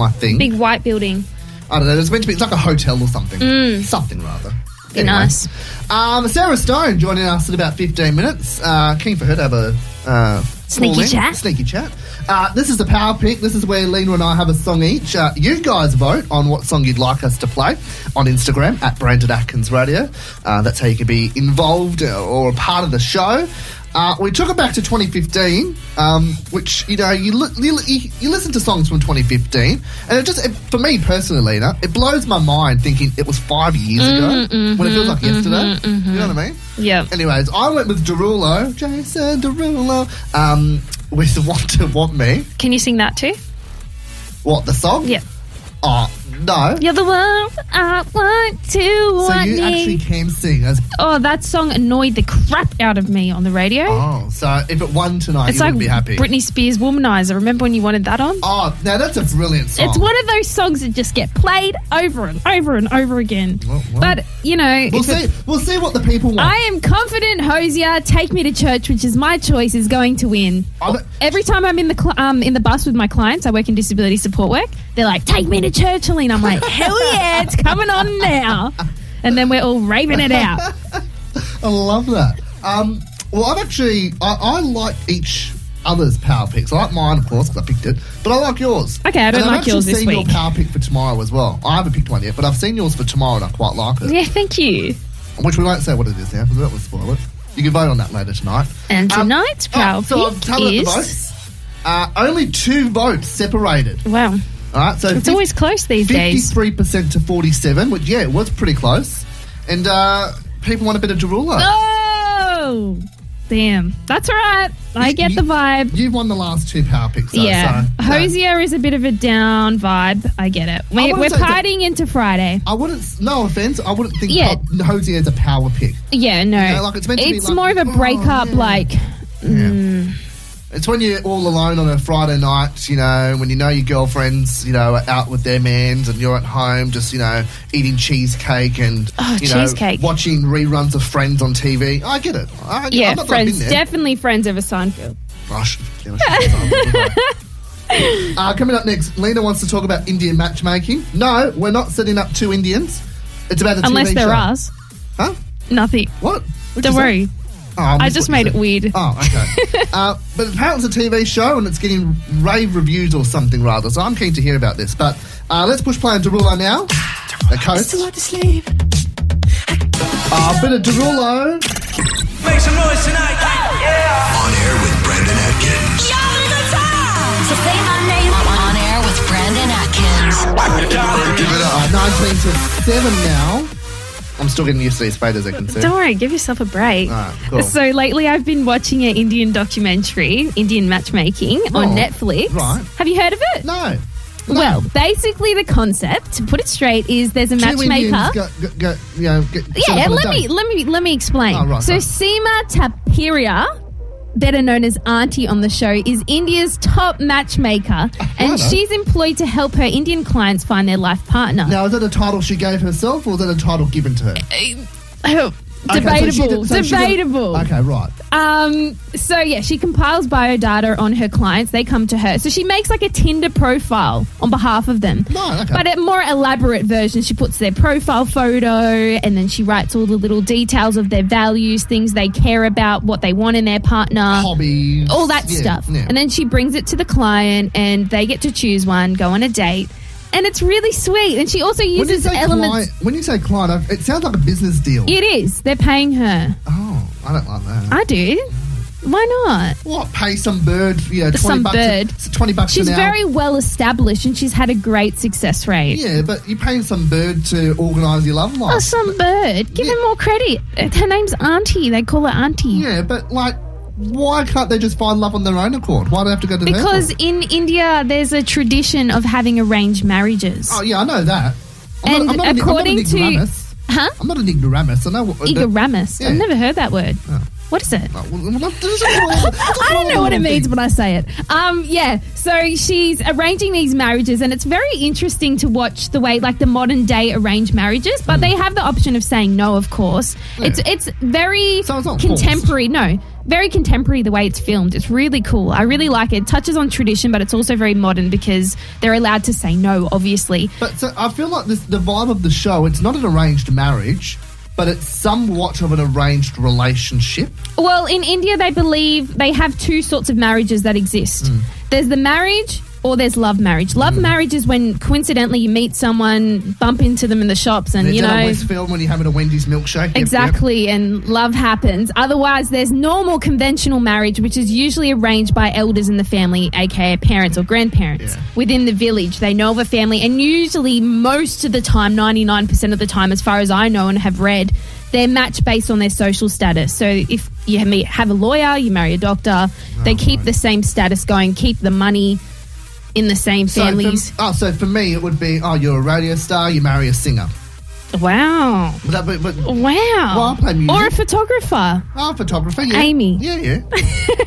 Speaker 10: I think.
Speaker 12: big white building.
Speaker 10: I don't know. It's meant to be. It's like a hotel or something. Something rather.
Speaker 12: Mm. Be nice.
Speaker 10: Um, Sarah Stone joining us in about 15 minutes. Uh, keen for her to have a uh,
Speaker 12: Sneaky
Speaker 10: call in.
Speaker 12: chat.
Speaker 10: Sneaky chat. Uh, this is the power pick. This is where Lena and I have a song each. Uh, you guys vote on what song you'd like us to play on Instagram at Brandon Atkins Radio. Uh, that's how you can be involved uh, or a part of the show. Uh, we took it back to 2015, um, which you know you, li- you, li- you listen to songs from 2015, and it just it, for me personally, Lena, it blows my mind thinking it was five years ago
Speaker 12: Mm-hmm,
Speaker 10: when it feels like yesterday. You know what I mean?
Speaker 12: Yeah.
Speaker 10: Anyways, I went with Derulo, Jason Derulo, um, with (laughs) "Want to Want Me."
Speaker 12: Can you sing that too?
Speaker 10: What the song?
Speaker 12: Yeah.
Speaker 10: Oh no.
Speaker 12: You're the one I want to
Speaker 10: So
Speaker 12: want
Speaker 10: you actually
Speaker 12: me.
Speaker 10: can sing as (laughs)
Speaker 12: Oh, that song annoyed the crap out of me on the radio.
Speaker 10: oh. So if it won tonight,
Speaker 12: it's
Speaker 10: you
Speaker 12: like
Speaker 10: would be happy.
Speaker 12: Britney Spears Womanizer. Remember when you wanted that on?
Speaker 10: Oh, now that's a brilliant song.
Speaker 12: It's one of those songs that just get played over and over and over again.
Speaker 10: Well, well.
Speaker 12: But, you know,
Speaker 10: We'll
Speaker 12: if it-
Speaker 10: see. We'll see what the people want.
Speaker 12: I am confident Hosier, Take Me to Church, which is my choice, is going to win.
Speaker 10: I'm-
Speaker 12: Every time I'm in the cl- um, in the bus with my clients, I work in disability support work. They're like, "Take me to Church, Aline." I'm
Speaker 10: (laughs)
Speaker 12: like, "Hell yeah, it's coming on now!" And then we're all raving it out.
Speaker 10: I love that. Um, well, I've actually I, I like each other's power picks. I like mine, of course, because I picked it, but I like yours.
Speaker 12: Okay, I don't
Speaker 10: and I've
Speaker 12: like
Speaker 10: actually
Speaker 12: yours this
Speaker 10: seen your
Speaker 12: week.
Speaker 10: power pick for tomorrow as well. I haven't picked one yet, but I've seen yours for tomorrow, and I quite like it.
Speaker 12: Yeah, thank you.
Speaker 10: Which we won't say what it is now because that would spoil it. You can vote on that later tonight.
Speaker 12: And
Speaker 10: Um,
Speaker 12: tonight's power
Speaker 10: oh, so I've
Speaker 12: pick
Speaker 10: tallied the
Speaker 12: is-
Speaker 10: votes. Uh, only two votes separated.
Speaker 12: Wow,
Speaker 10: All right, so
Speaker 12: it's always close these days.
Speaker 10: fifty-three percent to forty-seven, which yeah, it was pretty close. And uh, people want a bit of Derulo.
Speaker 12: Oh, damn, that's all right. I get the vibe.
Speaker 10: You've won the last two power picks. Though,
Speaker 12: Yeah,
Speaker 10: so,
Speaker 12: Hosier is a bit of a down vibe. I get it. We,
Speaker 10: wouldn't
Speaker 12: we're
Speaker 10: say that-
Speaker 12: partying into Friday.
Speaker 10: I wouldn't. No offense. I wouldn't think
Speaker 12: Yeah.
Speaker 10: yeah. Hosier is a power pick.
Speaker 12: Yeah, no.
Speaker 10: know, like,
Speaker 12: it's
Speaker 10: it's meant to be like,
Speaker 12: more of a
Speaker 10: oh,
Speaker 12: breakup,
Speaker 10: yeah.
Speaker 12: like
Speaker 10: Mm. It's when you're all alone on a Friday night, you know, when you know your girlfriends, you know, are out with their mans and you're at home just, you know, eating cheesecake and,
Speaker 12: Oh,
Speaker 10: you know,
Speaker 12: cheesecake.
Speaker 10: watching reruns of Friends on TV. I get it. I,
Speaker 12: yeah,
Speaker 10: I'm not that I've
Speaker 12: friends.
Speaker 10: been there.
Speaker 12: Definitely friends over Seinfeld.
Speaker 10: Oh, shit. Yeah, I
Speaker 12: (laughs)
Speaker 10: should- uh, coming up next, Lena wants to talk about Indian matchmaking. No, we're not setting up two Indians. It's about a
Speaker 12: Unless
Speaker 10: TV
Speaker 12: there
Speaker 10: show.
Speaker 12: are
Speaker 10: Huh?
Speaker 12: nothing.
Speaker 10: What? What'd you
Speaker 12: Don't
Speaker 10: say?
Speaker 12: worry.
Speaker 10: Oh,
Speaker 12: I
Speaker 10: missed
Speaker 12: just
Speaker 10: what you
Speaker 12: made it
Speaker 10: said.
Speaker 12: weird.
Speaker 10: Oh, okay. uh, but apparently it's a TV show and it's getting rave reviews or something rather, so I'm keen to hear about this. But uh, let's push play on Derulo now. The coast. Uh, a bit of Derulo.
Speaker 9: Make some noise tonight. On air with Brandon Atkins.
Speaker 6: So say my name.
Speaker 1: On air with Brandon Atkins.
Speaker 10: Uh, 19 to 7 now. I'm still getting used to these faders, I can see.
Speaker 12: Don't worry. Give yourself a break.
Speaker 10: Ah, cool.
Speaker 12: So lately, I've been watching an Indian documentary, Indian matchmaking, on
Speaker 10: Right.
Speaker 12: Netflix.
Speaker 10: Oh, Right.
Speaker 12: Have you heard of it?
Speaker 10: No. No.
Speaker 12: Well, basically, the concept, to put it straight, is there's a
Speaker 10: Two Indians
Speaker 12: matchmaker.
Speaker 10: Go, go, go, you know, get set
Speaker 12: Yeah,
Speaker 10: up on a
Speaker 12: let me
Speaker 10: date.
Speaker 12: let me let me explain.
Speaker 10: Oh, right,
Speaker 12: so
Speaker 10: right.
Speaker 12: Seema Tapiria, better known as Auntie on the show, is India's top matchmaker, and
Speaker 10: hello.
Speaker 12: she's employed to help her Indian clients find their life partner. (laughs)
Speaker 10: Now, is that a title she gave herself or is that a title given to her?
Speaker 12: Oh,
Speaker 10: Okay, so she
Speaker 12: Uh, debatable,
Speaker 10: did- so she did-
Speaker 12: debatable.
Speaker 10: okay, right.
Speaker 12: Um, so yeah, she compiles bio data on her clients. They come to her, so she makes like a Tinder profile on behalf of them.
Speaker 10: No, Oh, okay.
Speaker 12: But a more elaborate version, she puts their profile photo, and then she writes all the little details of their values, things they care about, what they want in their partner.
Speaker 10: Hobbies.
Speaker 12: Uh, all that
Speaker 10: Oh, yeah,
Speaker 12: stuff.
Speaker 10: yeah.
Speaker 12: And then she brings it to the client, and they get to choose one, go on a date, and it's really sweet. And she also
Speaker 10: When you
Speaker 12: uses
Speaker 10: say
Speaker 12: elements.
Speaker 10: client, when you say client, I've- it sounds like a business deal.
Speaker 12: It is. They're paying her.
Speaker 10: Oh, I don't like that.
Speaker 12: I do. Why not?
Speaker 10: what? Pay some bird? Yeah, twenty
Speaker 12: Some
Speaker 10: bucks.
Speaker 12: bird.
Speaker 10: A, twenty bucks
Speaker 12: She's
Speaker 10: an hour.
Speaker 12: very well established, and she's had a great success rate.
Speaker 10: Yeah, but you're paying some bird to organise your love life.
Speaker 12: Oh, some bird. Give
Speaker 10: Yeah.
Speaker 12: her more credit. Her name's Auntie. They call her Auntie.
Speaker 10: yeah, but like, why can't they just find love on their own accord? Why do they have to go to their
Speaker 12: Because in India, there's a tradition of having arranged marriages.
Speaker 10: Oh yeah, I know that. I'm
Speaker 12: And
Speaker 10: not, I'm not
Speaker 12: according
Speaker 10: an, I'm
Speaker 12: to-
Speaker 10: not an ignoramus.
Speaker 12: Huh?
Speaker 10: I'm not an ignoramus. I know what.
Speaker 12: Ignoramus.
Speaker 10: Yeah. Oh.
Speaker 12: I've never heard that word. What is it?
Speaker 10: Well, well, well, there's a wrong-
Speaker 12: (laughs) I don't know what it means when I say it. Um, yeah, so she's arranging these marriages, and it's very interesting to watch the way, like the modern day arranged marriages. But they have the option of saying no, of course. It's it's very
Speaker 10: So it's not
Speaker 12: contemporary. No, very contemporary the way it's filmed. It's really cool. I really like it. It touches on tradition, but it's also very modern because they're allowed to say no, obviously.
Speaker 10: But so I feel like this, the vibe of the show, it's not an arranged marriage, but it's somewhat of an arranged relationship.
Speaker 12: Well, in India, they believe they have two sorts of marriages that exist there's the marriage. Or there's love marriage. Love marriage is when coincidentally you meet someone, bump into them in the shops, and
Speaker 10: They're
Speaker 12: you
Speaker 10: down in
Speaker 12: know
Speaker 10: Westfield when you're having a Wendy's milkshake. Yep, yep.
Speaker 12: Exactly, and love happens. Otherwise, there's normal conventional marriage, which is usually arranged by elders in the family, aka parents or grandparents,
Speaker 10: Yeah.
Speaker 12: within the village. They know of a family, and usually, most of the time, 99% of the time, as far as I know and have read, they're matched based on their social status. So if you meet- have a lawyer, you marry a doctor,
Speaker 10: Oh,
Speaker 12: they keep the same status going, keep the money in the same families.
Speaker 10: So for, oh, so for me, it would be oh, you're a radio star, you marry a singer.
Speaker 12: wow.
Speaker 10: Would that be, but,
Speaker 12: Wow.
Speaker 10: I play music.
Speaker 12: or a photographer.
Speaker 10: oh, photographer, yeah.
Speaker 12: Amy.
Speaker 10: Yeah,
Speaker 12: (laughs)
Speaker 10: yeah.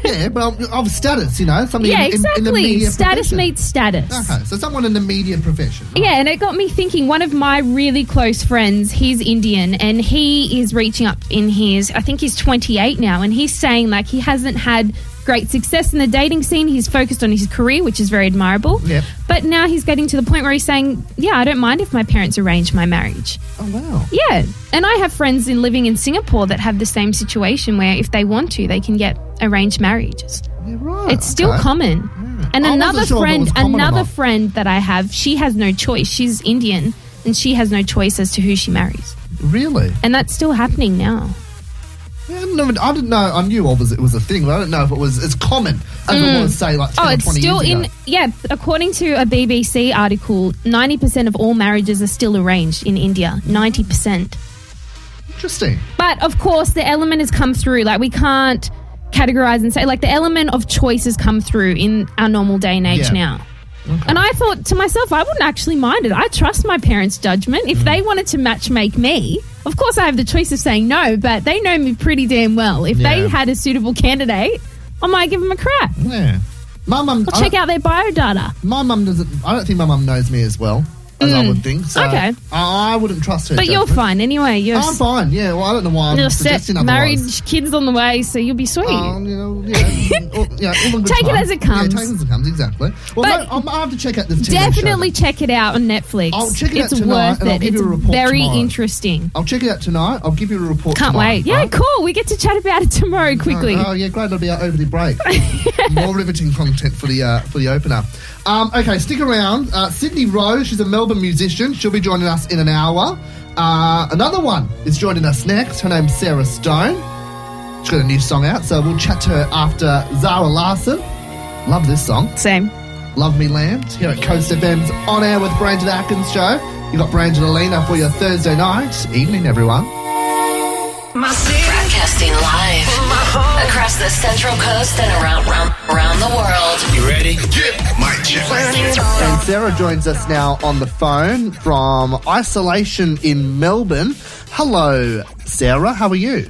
Speaker 10: yeah, but of- of status, you know, something
Speaker 12: Yeah,
Speaker 10: in, in- in the
Speaker 12: exactly.
Speaker 10: media
Speaker 12: status
Speaker 10: profession. Uh-huh.
Speaker 12: meets status.
Speaker 10: Okay, so someone in the media profession. right?
Speaker 12: Yeah, and it got me thinking. One of my really close friends, he's Indian, and he is reaching up in his, I think he's 28 now, and he's saying like he hasn't had great success in the dating scene. He's focused on his career, which is very admirable.
Speaker 10: Yep.
Speaker 12: But now he's getting to the point where he's saying, yeah, I don't mind if my parents arrange my marriage.
Speaker 10: Oh, wow.
Speaker 12: Yeah. And I have friends in living in Singapore that have the same situation where if they want to, they can get arranged marriages.
Speaker 10: Yeah, right.
Speaker 12: It's still
Speaker 10: okay. Hmm.
Speaker 12: common. And
Speaker 10: I wasn't sure
Speaker 12: another
Speaker 10: if it
Speaker 12: friend,
Speaker 10: was common or
Speaker 12: another
Speaker 10: not.
Speaker 12: friend that I have, she has no choice. She's Indian and she has no choice as to who she marries.
Speaker 10: Really?
Speaker 12: And that's still happening now.
Speaker 10: Yeah, I, didn't know, I didn't know. I knew obviously it was a thing, but I didn't know if it was as common as it was, say, like 10
Speaker 12: Oh,
Speaker 10: or
Speaker 12: it's
Speaker 10: 20
Speaker 12: still
Speaker 10: years
Speaker 12: in
Speaker 10: ago.
Speaker 12: yeah, according to a BBC article, 90% of all marriages are still arranged in India. 90%.
Speaker 10: Interesting.
Speaker 12: But of course, the element has come through. Like we can't categorize and say like the element of choice has come through in our normal day and age
Speaker 10: Yeah.
Speaker 12: now. And I thought to myself, I wouldn't actually mind it. I trust my parents' judgment.
Speaker 10: Mm.
Speaker 12: If they wanted to match make me, of course I have the choice of saying no, but they know me pretty damn well. If
Speaker 10: Yeah.
Speaker 12: they had a suitable candidate, I might give them a crap.
Speaker 10: Yeah. My mum.
Speaker 12: I'll
Speaker 10: I
Speaker 12: check
Speaker 10: don't-
Speaker 12: out their bio data.
Speaker 10: My mum doesn't. I don't think my mum knows me as well as I would think. So
Speaker 12: Mm. Okay.
Speaker 10: I, I wouldn't trust her.
Speaker 12: But you're
Speaker 10: judgment.
Speaker 12: fine anyway. You're,
Speaker 10: I'm fine. Yeah. Well, I don't know why I'm
Speaker 12: you're set,
Speaker 10: suggesting
Speaker 12: marriage,
Speaker 10: otherwise.
Speaker 12: kids on the way, so you'll be sweet.
Speaker 10: Um, you know, yeah,
Speaker 12: (laughs)
Speaker 10: all- yeah, all in good
Speaker 12: Take it
Speaker 10: time.
Speaker 12: as it comes.
Speaker 10: Yeah, take it as it comes. Exactly. Well,
Speaker 12: But-
Speaker 10: no, I'm, I have to check out this. TV show
Speaker 12: Definitely
Speaker 10: then.
Speaker 12: check it out on Netflix.
Speaker 10: I'll check it out
Speaker 12: it's
Speaker 10: tonight
Speaker 12: worth
Speaker 10: and I'll
Speaker 12: it.
Speaker 10: give
Speaker 12: it's
Speaker 10: you a report
Speaker 12: very
Speaker 10: tomorrow.
Speaker 12: interesting.
Speaker 10: I'll check it out tonight. I'll give you a report.
Speaker 12: Can't
Speaker 10: tomorrow,
Speaker 12: wait. Yeah,
Speaker 10: right?
Speaker 12: cool. We get to chat about it (laughs) tomorrow quickly.
Speaker 10: Oh, oh, yeah, great. That'll be our over the break. More riveting content for the uh, for the opener. Um, okay, stick around. Uh, Sydney Rose, she's a Melbourne musician. She'll be joining us in an hour. Uh, another one is joining us next. Her name's Sarah Stone. She's got a new song out, so we'll chat to her after Zara Larson. Love this song.
Speaker 12: Same.
Speaker 10: Love Me Land here at Coast FM's On Air with Brandon Atkins show. You got Brandon and Alina for your Thursday night. Evening, everyone.
Speaker 1: Broadcasting live across the central coast and around around, around the world.
Speaker 9: You ready? Yeah. Mic check.
Speaker 10: And Sarah joins us now on the phone from isolation in Melbourne. Hello, Sarah. How are you?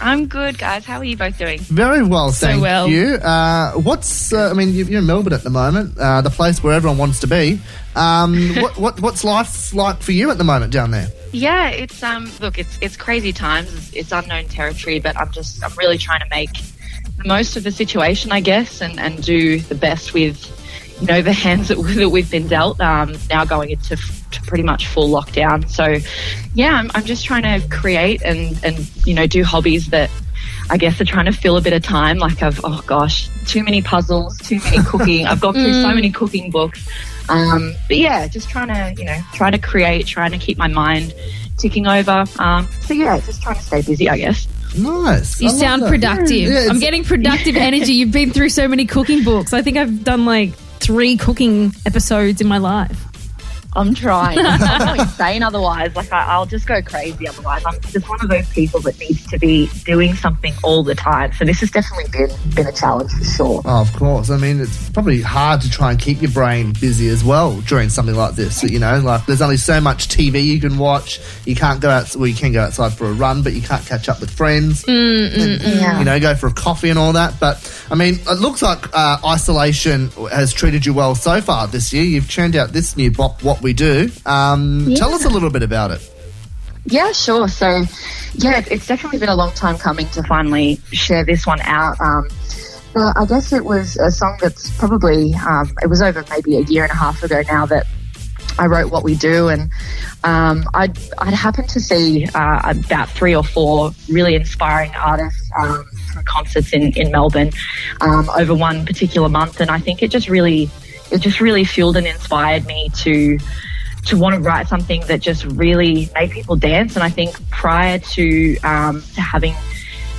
Speaker 4: I'm good, guys. How are you both doing?
Speaker 10: Very well, thank
Speaker 4: well.
Speaker 10: you. Uh, what's? Uh, I mean, you- you're in Melbourne at the moment, uh, the place where everyone wants to be.
Speaker 4: (laughs)
Speaker 10: Um, what, what, what's life like for you at the moment down there?
Speaker 4: Yeah, it's um, look, it's it's crazy times. It's, it's unknown territory, but I'm just I'm really trying to make the most of the situation, I guess, and and do the best with you know the (laughs) hands that, we- that we've been dealt. Um, now going into f- to pretty much full lockdown. So yeah, I'm I'm just trying to create and and you know do hobbies that. I guess are trying to fill a bit of time. Like I've oh gosh, too many puzzles, too many cooking. I've gone through so many cooking books. Um, but yeah, just trying to you know try to create, trying to keep my mind ticking over. Um, so yeah, just trying to stay busy, I guess.
Speaker 10: Nice.
Speaker 12: You
Speaker 10: I love
Speaker 12: sound
Speaker 10: that. (laughs)
Speaker 12: productive.
Speaker 10: Yeah,
Speaker 12: I'm
Speaker 10: it's-
Speaker 12: getting productive energy. You've been through so many cooking books. I think I've done like three cooking episodes in my life.
Speaker 4: I'm (laughs) trying. I'm not insane otherwise. Like I, I'll just go crazy otherwise. I'm just one of those people that needs to be doing something all the time. So this has definitely been been a challenge for sure.
Speaker 10: Oh, of course. I mean, it's probably hard to try and keep your brain busy as well during something like this. You know, like there's only so much TV you can watch. You can't go out. Well, you can go outside for a run, but you can't catch up with friends. You know, go for a coffee and all that. But I mean, it looks like uh, isolation has treated you well so far this year. You've churned out this new bop, "What We Do." Um, Tell us a little bit about it.
Speaker 4: Yeah, sure. So, yeah, it- it's definitely been a long time coming to finally share this one out. Um, but I guess it was a song that's probably, um, it was over maybe a year and a half ago now that I wrote What We Do. And um, I'd, I'd happened to see uh, about three or four really inspiring artists um, from concerts in, in Melbourne um, over one particular month. And I think it just really, it just really fueled and inspired me to to want to write something that just really made people dance. And I think prior to um, to having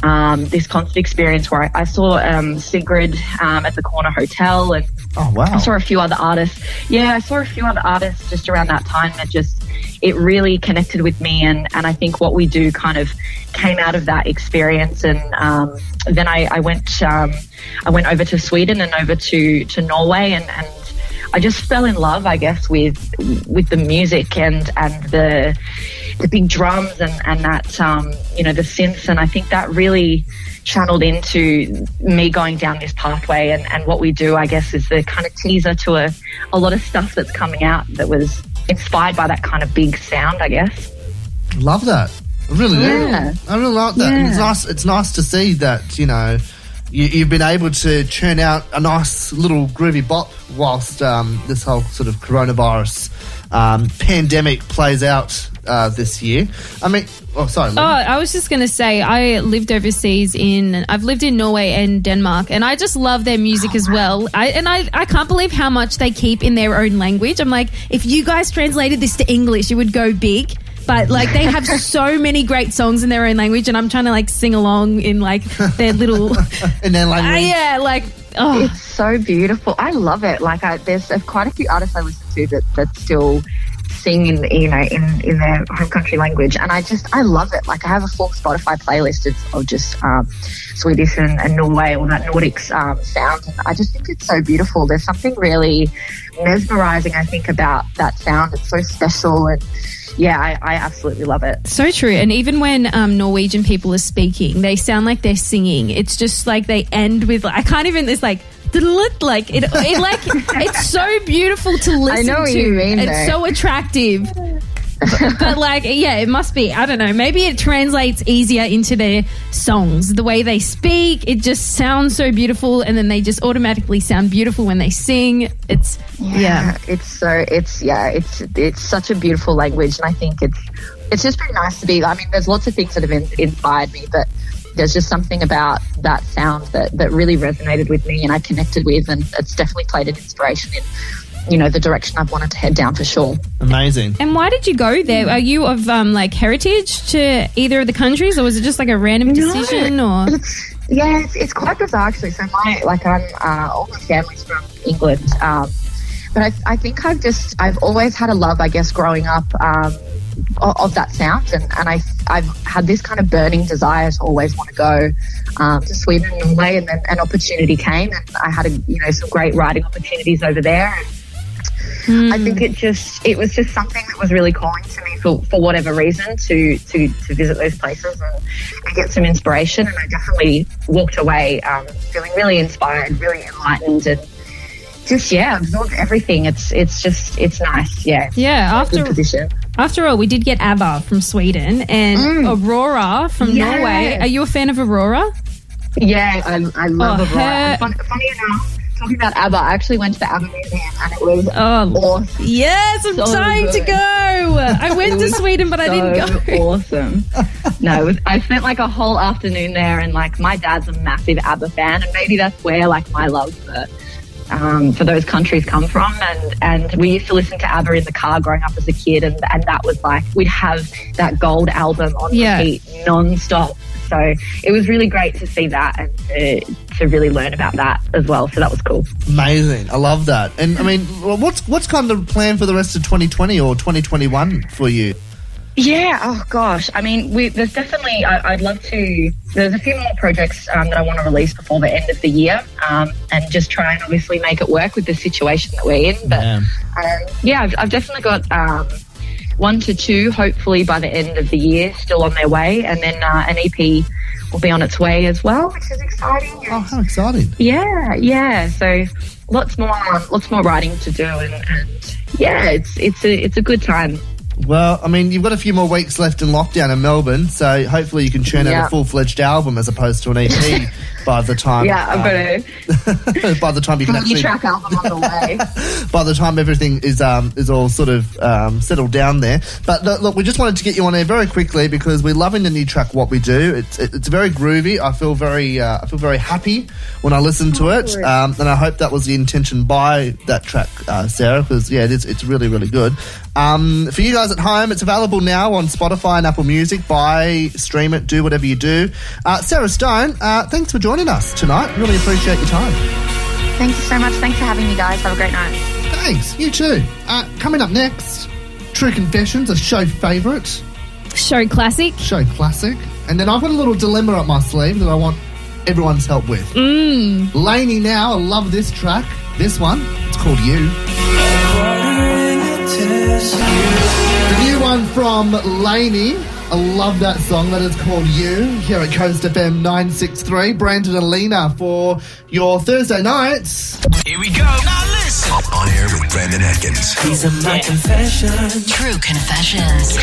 Speaker 4: um, this concert experience, where I, I saw um, Sigrid um, at the Corner Hotel and
Speaker 5: Oh, wow.
Speaker 4: I saw a few other artists. Yeah, I saw a few other artists just around that time that just it really connected with me, and and I think what we do kind of came out of that experience, and um, then I, I went um, I went over to Sweden and over to to Norway, and and I just fell in love, I guess, with with the music and and the the big drums and and that um, you know the synths, and I think that really channeled into me going down this pathway. And, and what we do, I guess, is the kind of teaser to a, a lot of stuff that's coming out that was inspired by that kind of big sound, I guess.
Speaker 10: Love that. I really
Speaker 4: Yeah.
Speaker 10: do. I really like that. And it's
Speaker 4: Yeah.
Speaker 10: nice. It's nice to see that you know you, you've been able to churn out a nice little groovy bop whilst um, this whole sort of coronavirus um, pandemic plays out uh, this year. I mean, oh sorry, Lou.
Speaker 12: Oh, I was just going to say, I lived overseas in, I've lived in Norway and Denmark, and I just love their music as well. I, and I, I can't believe how much they keep in their own language. I'm like, if you guys translated this to English, it would go big. But like they have so many great songs in their own language, and I'm trying to like sing along in like their little,
Speaker 10: (laughs) and then like
Speaker 12: Ah,
Speaker 4: uh,
Speaker 12: yeah, like oh,
Speaker 4: It's so beautiful. I love it. Like, I, there's uh, quite a few artists I listen to that, that still sing in you know in, in their home country language and I just I love it like I have a full Spotify playlist of, of just um, Swedish and, and Norway all that Nordics um, sound and I just think it's so beautiful there's something really mesmerizing I think about that sound it's so special and yeah I, I absolutely love it
Speaker 12: So true. And even when um, Norwegian people are speaking, they sound like they're singing. It's just like they end with, I can't even, it's like, like it, it
Speaker 4: (laughs)
Speaker 12: like it's so beautiful to listen
Speaker 4: know what
Speaker 12: to.
Speaker 4: you mean,
Speaker 12: it's
Speaker 4: though.
Speaker 12: so
Speaker 4: (laughs)
Speaker 12: attractive. but like yeah, it must be. I don't know. Maybe it translates easier into their songs. The way they speak, it just sounds so beautiful and then they just automatically sound beautiful when they sing. It's yeah.
Speaker 4: it's so it's yeah it's it's such a beautiful language and i think it's it's just been nice to be i mean there's lots of things that have in, inspired me but there's just something about that sound that that really resonated with me and i connected with and it's definitely played an inspiration in you know the direction i've wanted to head down for sure
Speaker 10: amazing.
Speaker 12: And why did you go there? Are you of um, like heritage to either of the countries, or was it just like a random decision? Or
Speaker 4: It's, yeah, it's, it's quite bizarre actually. So my like I'm uh, all my family's from England, um, but I, I think I've just I've always had a love, I guess, growing up um, of, of that sound, and, and I I've had this kind of burning desire to always want to go um, to Sweden and Norway, and then an opportunity came, and I had a, you know some great writing opportunities over there. And, I think
Speaker 12: Mm.
Speaker 4: it just it was just something that was really calling to me for, for whatever reason to to to visit those places and, and get some inspiration and I definitely walked away um, feeling really inspired, really enlightened and just yeah, absorbed everything. It's it's just it's nice, yeah. It's
Speaker 12: yeah,
Speaker 4: a Good
Speaker 12: after
Speaker 4: position.
Speaker 12: after all, we did get ABBA from Sweden and Aurora from
Speaker 4: Mm. Yeah.
Speaker 12: Norway. Are you a fan of Aurora?
Speaker 4: Yeah, I, I love
Speaker 12: Oh,
Speaker 4: Aurora.
Speaker 12: her-
Speaker 4: And Fun, funny enough, talking about ABBA, I actually went to the ABBA museum and it was
Speaker 12: Oh,
Speaker 4: awesome.
Speaker 12: yes, I'm
Speaker 4: So
Speaker 12: dying to
Speaker 4: good.
Speaker 12: go. I went
Speaker 4: (laughs)
Speaker 12: to Sweden, but I didn't
Speaker 4: so
Speaker 12: go. (laughs)
Speaker 4: awesome. No, it was, I spent like a whole afternoon there, and like my dad's a massive ABBA fan, and maybe that's where like my love for um, for those countries come from. And and we used to listen to ABBA in the car growing up as a kid, and and that was like we'd have that gold album on
Speaker 12: Yeah.
Speaker 4: repeat non-stop. So it was really great to see that and to, to really learn about that as well. So that was cool.
Speaker 10: Amazing. I love that. And I mean, what's what's kind of the plan for the rest of 2020 or 2021 for you?
Speaker 4: Yeah. Oh gosh. I mean, we, there's definitely. I, I'd love to. There's a few more projects um, that I want to release before the end of the year, um, and just try and obviously make it work with the situation that we're in. But
Speaker 10: Yeah.
Speaker 4: yeah, um, yeah I've, I've definitely got um, one to two, hopefully by the end of the year, still on their way, and then uh, an EP will be on its way as well, which is exciting.
Speaker 10: Oh, how exciting!
Speaker 4: Yeah, yeah. So lots more, lots more writing to do, and, and yeah, it's it's a it's a good time
Speaker 10: Well, I mean, you've got a few more weeks left in lockdown in Melbourne, so hopefully you can churn out
Speaker 5: Yeah.
Speaker 10: a full fledged album as opposed to
Speaker 5: (laughs)
Speaker 10: an EP by the time.
Speaker 5: Yeah, I'm gonna
Speaker 10: gonna. (laughs) by the time you can
Speaker 5: your
Speaker 10: actually,
Speaker 5: track album on the way.
Speaker 10: by the time everything is um, is all sort of um, settled down there. But look, look, we just wanted to get you on air very quickly because we're loving the new track. What we do, it's it's very groovy. I feel very uh, I feel very happy when I listen to it, um, and I hope that was the intention by that track, uh, Sarah. Because yeah, it is it's really really good. Um, for you guys at home, it's available now on Spotify and Apple Music. Buy, stream it, do whatever you do. Uh, Sarah Stone, uh, thanks for joining us tonight. Really appreciate your time.
Speaker 5: Thank you so much. Thanks for having me, guys. Have a great night.
Speaker 10: Thanks. You too. Uh, coming up next, True Confessions, a show favourite,
Speaker 12: Show classic.
Speaker 10: show classic. And then I've got a little dilemma up my sleeve that I want everyone's help with. Mm. Laney now, I love this track. This one, it's called You. The new one from Laney. I love that song that is called You here at Coast FM 963. Brandon and Lena for your Thursday nights.
Speaker 9: Here we go. Now listen. On air with Brandon Atkins.
Speaker 1: True Confessions.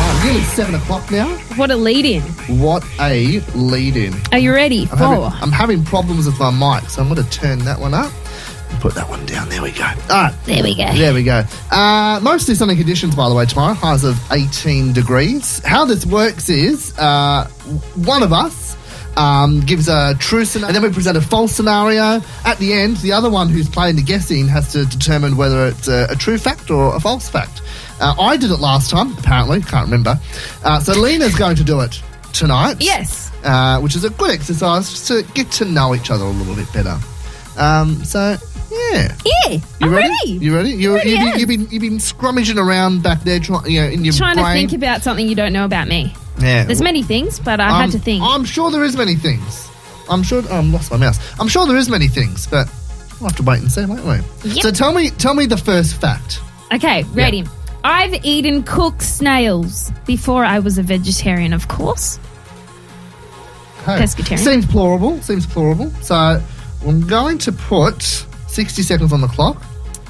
Speaker 10: Oh, nearly 7 o'clock now.
Speaker 12: What a lead in.
Speaker 10: What a lead in.
Speaker 12: Are you ready?
Speaker 10: I'm, having, I'm having problems with my mic, so I'm going to turn that one up. Put that one down. There we go. All right.
Speaker 12: there we go.
Speaker 10: There we go. Uh, mostly sunny conditions, by the way, tomorrow. Highs of 18 degrees. How this works is uh, one of us um, gives a true scenario, and then we present a false scenario. At the end, the other one who's playing the guessing has to determine whether it's a, a true fact or a false fact. Uh, I did it last time, apparently. Can't remember. Uh, so Lena's going to do it tonight.
Speaker 12: Yes.
Speaker 10: Uh, which is a good exercise just to get to know each other a little bit better. Um, so, yeah.
Speaker 12: Yeah.
Speaker 10: You
Speaker 12: I'm
Speaker 10: ready?
Speaker 12: ready.
Speaker 10: You ready? You,
Speaker 12: Ready,
Speaker 10: you've,
Speaker 12: yeah.
Speaker 10: been, you've been you've been scrummaging around back there, trying you know, in your
Speaker 12: Trying to
Speaker 10: brain.
Speaker 12: think about something you don't know about me.
Speaker 10: yeah.
Speaker 12: There's many things, but I
Speaker 10: Um,
Speaker 12: had to think.
Speaker 10: I'm sure there is many things. I'm sure. Oh, I'm lost my mouse. I'm sure there is many things, but we'll have to wait and see, won't we?
Speaker 12: Yep.
Speaker 10: So tell me, tell me the first fact.
Speaker 12: Okay, ready. I've eaten cooked snails before I was a vegetarian, of course.
Speaker 10: Okay.
Speaker 12: Pescatarian.
Speaker 10: Seems plausible. Seems plausible. So I'm going to put 60 seconds on the clock.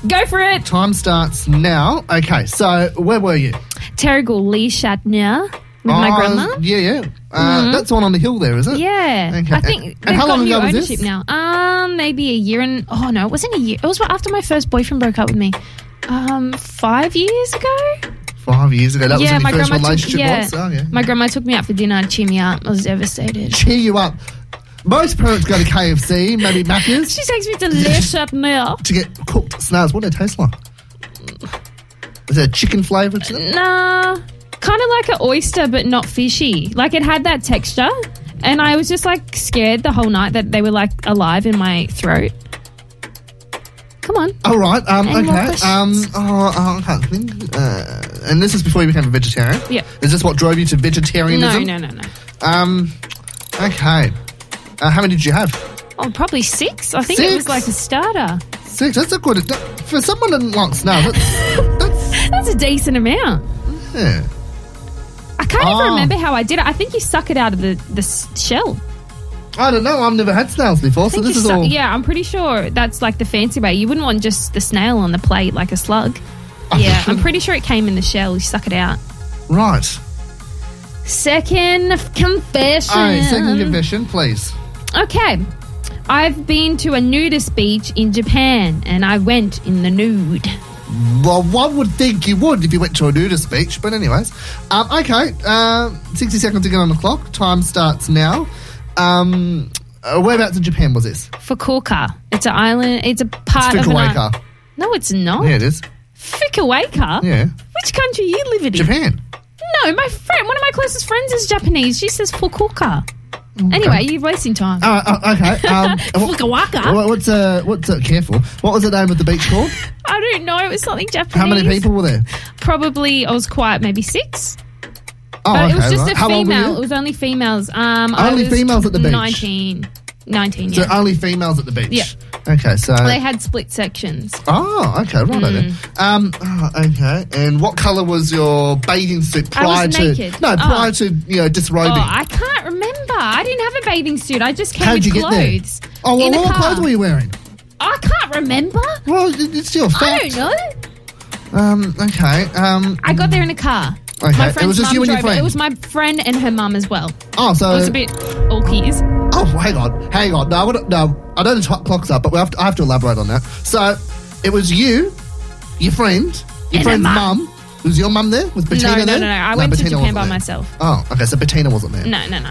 Speaker 12: Go for it.
Speaker 10: Time starts now. Okay. So where were you?
Speaker 12: Terrigal Lee Shatner with my
Speaker 10: Oh,
Speaker 12: grandma. Mm-hmm.
Speaker 10: Yeah, yeah. Uh, That's the one on the hill there, is it?
Speaker 12: Yeah,
Speaker 10: Okay.
Speaker 12: I think
Speaker 10: And
Speaker 12: they've
Speaker 10: how
Speaker 12: got
Speaker 10: long
Speaker 12: new
Speaker 10: ago was this?
Speaker 12: ownership now. Um, maybe a year and oh no, it wasn't a year. It was after my first boyfriend broke up with me. Um, five years ago.
Speaker 10: Five years ago. That
Speaker 12: yeah,
Speaker 10: was when
Speaker 12: my
Speaker 10: your first
Speaker 12: grandma
Speaker 10: relationship
Speaker 12: took, yeah,
Speaker 10: was. Oh, yeah.
Speaker 12: my grandma took me out for dinner and cheered me up. I
Speaker 10: (laughs)
Speaker 12: was devastated.
Speaker 10: Cheer you up. Most parents go to KFC, maybe Macca's,
Speaker 12: She takes me to Le Chatner.
Speaker 10: to get cooked snails. What do they taste like? Is there chicken flavour to
Speaker 12: Mm.
Speaker 10: them?
Speaker 12: Nah, kind of like an oyster, but not fishy. Like it had that texture, and I was just like scared the whole night that they were like alive in my throat. Come on.
Speaker 10: All right. Um,
Speaker 12: And
Speaker 10: okay.
Speaker 12: what the
Speaker 10: Um, oh, oh, I can't think. Uh, and this is before you became a vegetarian.
Speaker 12: Yeah.
Speaker 10: Is this what drove you to
Speaker 12: No,
Speaker 10: vegetarianism?
Speaker 12: no, no, no.
Speaker 10: Um, okay. Uh, how many did you have?
Speaker 12: Oh, probably six. I think it
Speaker 10: Six?
Speaker 12: was like a starter.
Speaker 10: Six. That's a good. That, for someone that doesn't like snails,
Speaker 12: (laughs)
Speaker 10: that's, that's
Speaker 12: That's a decent amount.
Speaker 10: yeah.
Speaker 12: I can't
Speaker 10: Oh.
Speaker 12: even remember how I did it. I think you suck it out of the, the s- shell.
Speaker 10: I don't know. I've never had snails before,
Speaker 12: I
Speaker 10: so
Speaker 12: think
Speaker 10: this
Speaker 12: you
Speaker 10: is
Speaker 12: suck-
Speaker 10: all.
Speaker 12: Yeah, I'm pretty sure that's like the fancy way. You wouldn't want just the snail on the plate like a
Speaker 10: (laughs)
Speaker 12: slug. Yeah, I'm pretty sure it came in the shell. You suck it out.
Speaker 10: Right.
Speaker 12: Second f- confession. Uh-huh.
Speaker 10: All right. Second confession, please.
Speaker 12: Okay. I've been to a nudist beach in Japan and I went in the nude.
Speaker 10: Well, one would think you would if you went to a nudist beach, but anyways. Um, okay, uh, 60 seconds again on the clock. Time starts now. Um, uh, whereabouts in Japan was this?
Speaker 12: Fukuoka. It's an island. It's a part of an
Speaker 10: Fukuoka.
Speaker 12: island. No, it's not.
Speaker 10: Yeah, it is.
Speaker 12: Fukuoka?
Speaker 10: Yeah.
Speaker 12: Which country you live in?
Speaker 10: Japan.
Speaker 12: No, my friend, one of my closest friends is Japanese. She says Fukuoka. Anyway, you're wasting time.
Speaker 10: All right, uh, okay.
Speaker 12: (laughs)
Speaker 10: Um, what-
Speaker 12: Fukuoka?
Speaker 10: what- what's uh, what's uh, careful? What was the name of the beach called?
Speaker 12: I don't know. It was something Japanese.
Speaker 10: How many people were there?
Speaker 12: Probably, I was quiet, maybe six.
Speaker 10: Oh,
Speaker 12: But it was
Speaker 10: okay,
Speaker 12: just
Speaker 10: right.
Speaker 12: a
Speaker 10: How old were
Speaker 12: female. It
Speaker 10: you?
Speaker 12: was only females. Um,
Speaker 10: Only
Speaker 12: I was
Speaker 10: females at the beach?
Speaker 12: 19. 19,
Speaker 10: So uh,
Speaker 12: yeah.
Speaker 10: only females at the beach.
Speaker 12: Yeah.
Speaker 10: Okay, so
Speaker 12: they had Hmm. split sections.
Speaker 10: oh, okay, right then. Um, oh, okay. And what color was your bathing suit
Speaker 12: I
Speaker 10: prior
Speaker 12: was
Speaker 10: to?
Speaker 12: naked.
Speaker 10: No,
Speaker 12: Oh.
Speaker 10: prior to you know disrobing.
Speaker 12: Oh, I can't remember. I didn't have a bathing suit. I just came
Speaker 10: How'd
Speaker 12: with
Speaker 10: you get there?
Speaker 12: clothes.
Speaker 10: Oh, well,
Speaker 12: in a
Speaker 10: what
Speaker 12: car.
Speaker 10: clothes were you wearing?
Speaker 12: I can't remember.
Speaker 10: Well, it- it's your fact.
Speaker 12: I don't know.
Speaker 10: Um, okay. Um,
Speaker 12: I got there in a car.
Speaker 10: Okay,
Speaker 12: My
Speaker 10: it
Speaker 12: friend's
Speaker 10: was just
Speaker 12: mum
Speaker 10: you and your
Speaker 12: drove it.
Speaker 10: friend?
Speaker 12: It was my friend and her mum as well.
Speaker 10: Oh, so-
Speaker 12: it was a bit all keys.
Speaker 10: Oh, hang on, hang on. No, I, wanna, no, I know the t- clock's up, but we have to, I have to elaborate on that. So, it was you, your friend, your
Speaker 12: And
Speaker 10: friend's
Speaker 12: her
Speaker 10: mum. Was your mum there? Was Bettina
Speaker 12: no, no,
Speaker 10: there?
Speaker 12: no, no, I went to
Speaker 10: Bettina
Speaker 12: Japan
Speaker 10: wasn't
Speaker 12: by
Speaker 10: there.
Speaker 12: myself.
Speaker 10: Oh, okay. So Bettina wasn't there.
Speaker 12: No, no, no.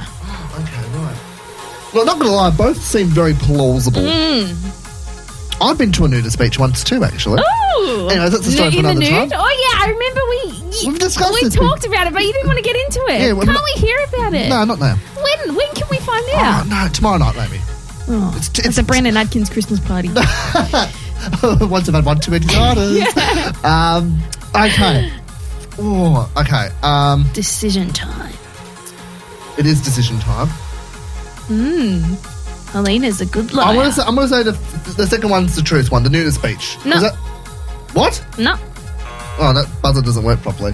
Speaker 10: Well, not gonna lie, both seem very plausible.
Speaker 12: Mm. Oh,
Speaker 10: I've been to a nudist beach once too, actually.
Speaker 12: Ooh.
Speaker 10: Anyway, that's a story
Speaker 12: in
Speaker 10: for another
Speaker 12: the
Speaker 10: time.
Speaker 12: nude? Oh yeah, I remember we.
Speaker 10: We've discussed
Speaker 12: We
Speaker 10: this
Speaker 12: talked about it, but you didn't want to get into it.
Speaker 10: Yeah, well,
Speaker 12: Can't
Speaker 10: not-
Speaker 12: we hear about it?
Speaker 10: No, not now.
Speaker 12: When? When can we find
Speaker 10: Oh,
Speaker 12: out?
Speaker 10: no, tomorrow night, maybe.
Speaker 12: Oh, it's, a Brandon Adkins
Speaker 10: (laughs)
Speaker 12: Christmas party.
Speaker 10: Once I've had one too many
Speaker 12: (laughs)
Speaker 10: garters. um, okay. Oh, okay. Um,
Speaker 12: Decision time.
Speaker 10: it is decision time.
Speaker 12: Hmm. Helena's a good liar.
Speaker 10: I'm gonna say, I'm gonna say the, the second one's the truth one, the nudist beach.
Speaker 12: No.
Speaker 10: Is that, what?
Speaker 12: No,
Speaker 10: Oh, that buzzer doesn't work properly.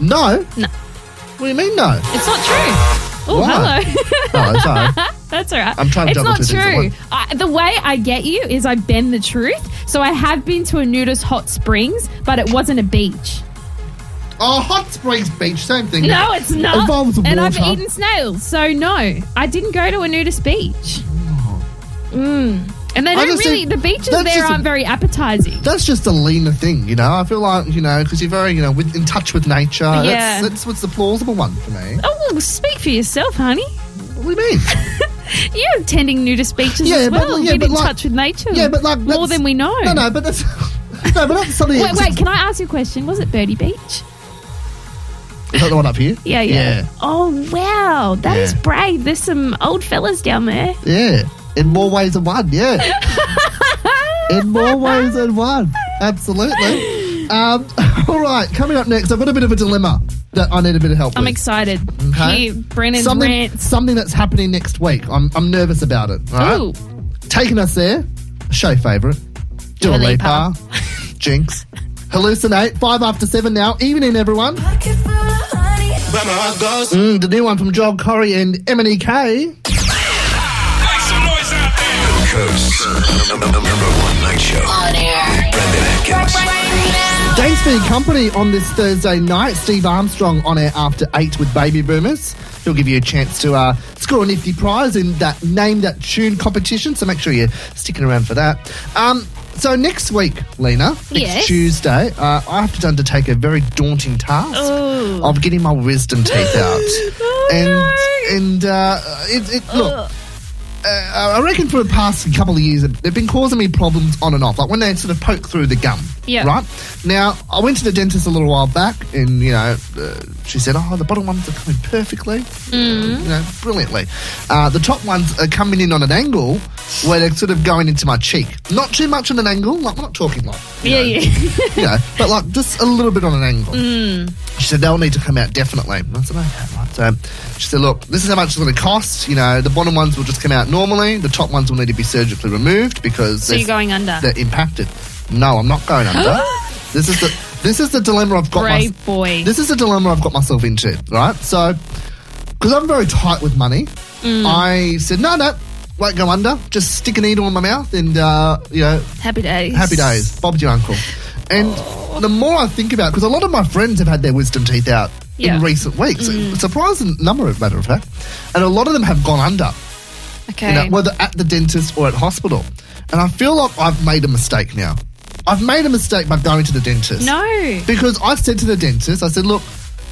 Speaker 10: No.
Speaker 12: No.
Speaker 10: What do you mean
Speaker 12: (laughs)
Speaker 10: no?
Speaker 12: it's not true. Oh,
Speaker 10: Why?
Speaker 12: hello. (laughs)
Speaker 10: Oh, sorry.
Speaker 12: That's all right.
Speaker 10: I'm trying to
Speaker 12: It's
Speaker 10: juggle
Speaker 12: not
Speaker 10: two things at
Speaker 12: true.
Speaker 10: once.
Speaker 12: I, the way I get you is I bend the truth. So I have been to a nudist hot springs, but it wasn't a beach.
Speaker 10: Oh, hot springs beach, same thing.
Speaker 12: No, it's not.
Speaker 10: Involves water.
Speaker 12: And I've eaten snails, so no, I didn't go to a nudist beach. Mm. And they
Speaker 10: I
Speaker 12: don't
Speaker 10: just
Speaker 12: really.
Speaker 10: think
Speaker 12: The beaches
Speaker 10: that's
Speaker 12: there
Speaker 10: just a-
Speaker 12: aren't very appetizing.
Speaker 10: That's just a leaner thing, you know. I feel like you know because you're very you know with, in touch with nature.
Speaker 12: Yeah.
Speaker 10: That's, that's what's the plausible one for me.
Speaker 12: Oh, well, speak for yourself, honey.
Speaker 10: What do you
Speaker 12: (laughs)
Speaker 10: mean?
Speaker 12: You're attending nudist beaches
Speaker 10: Yeah,
Speaker 12: as
Speaker 10: but-
Speaker 12: well.
Speaker 10: yeah,
Speaker 12: Get
Speaker 10: but
Speaker 12: in
Speaker 10: like-
Speaker 12: touch with nature.
Speaker 10: yeah, but like
Speaker 12: more
Speaker 10: that's-
Speaker 12: than we know.
Speaker 10: No, no, but that's (laughs) no, but that's something.
Speaker 12: Wait, wait. Can I ask you a question? Was it Birdie Beach?
Speaker 10: Is that the one up here?
Speaker 12: Yeah, yeah. Oh wow, that is
Speaker 10: Yeah.
Speaker 12: brave. There's some old fellas down there.
Speaker 10: yeah, yeah. In more ways than one. Yeah. in more ways than one. Absolutely. Um, (laughs) all right. Coming up next, I've got a bit of a dilemma that I need a bit of help
Speaker 12: I'm
Speaker 10: with.
Speaker 12: excited.
Speaker 10: Okay.
Speaker 12: Here, Brennan's
Speaker 10: something,
Speaker 12: rant.
Speaker 10: something that's happening next week. I'm, I'm nervous about it. all right?
Speaker 12: Ooh.
Speaker 10: Taking us there, show favourite, Dua
Speaker 12: Dua
Speaker 10: Lipa, (laughs) Jinx, Hallucinate, 5 after 7 now, evening everyone. Mm, the new one from Joel Corey and Emily K.
Speaker 9: Make some noise out there.
Speaker 7: Coast. Number one night show.
Speaker 1: On air.
Speaker 7: Brendan Atkins.
Speaker 10: Thanks for your company on this Thursday night. Steve Armstrong on air after 8 with Baby Boomers. He'll give you a chance to uh, score a nifty prize in that Name That Tune competition, so make sure you're sticking around for that. Um, so next week, Lena, next
Speaker 12: Yes.
Speaker 10: Tuesday, uh, I have to undertake a very daunting task
Speaker 12: Oh.
Speaker 10: of getting my wisdom teeth
Speaker 12: (gasps)
Speaker 10: out. and and uh, it, it look.
Speaker 12: Ugh.
Speaker 10: Uh, I reckon for the past couple of years, they've been causing me problems on and off. Like when they sort of poke through the gum.
Speaker 12: Yeah.
Speaker 10: Right? Now, I went to the dentist a little while back and, you know, uh, she said, oh, the bottom ones are coming perfectly,
Speaker 12: Mm.
Speaker 10: you know, brilliantly. Uh, the top ones are coming in on an angle where they're sort of going into my cheek. Not too much on an angle. Like, we're not talking like,
Speaker 12: Yeah, (laughs) yeah.
Speaker 10: you know, but like just a little bit on an angle.
Speaker 12: mm.
Speaker 10: She said, they'll need to come out definitely. And I said, okay, right. So she said, look, this is how much it's going to cost. You know, the bottom ones will just come out normally. The top ones will need to be surgically removed because
Speaker 12: So you're
Speaker 10: they're,
Speaker 12: going under.
Speaker 10: they're impacted. No, I'm not going
Speaker 12: (gasps)
Speaker 10: under. this is the this is the dilemma I've got. my-
Speaker 12: Brave boy.
Speaker 10: this is the dilemma I've got myself into. Right, so because I'm very tight with money,
Speaker 12: Mm.
Speaker 10: I said, no, no, won't go under. Just stick a needle in my mouth and uh, you know
Speaker 12: Happy days.
Speaker 10: Happy days. Bob's your uncle. And
Speaker 12: Oh.
Speaker 10: the more I think about it, because a lot of my friends have had their wisdom teeth out
Speaker 12: Yeah. Mm.
Speaker 10: in recent weeks, a surprising number, as a matter of fact. And a lot of them have gone under,
Speaker 12: Okay.
Speaker 10: you know, whether at the dentist or at hospital. And I feel like I've made a mistake now. I've made a mistake by going to the dentist.
Speaker 12: no.
Speaker 10: Because I said to the dentist, I said, look,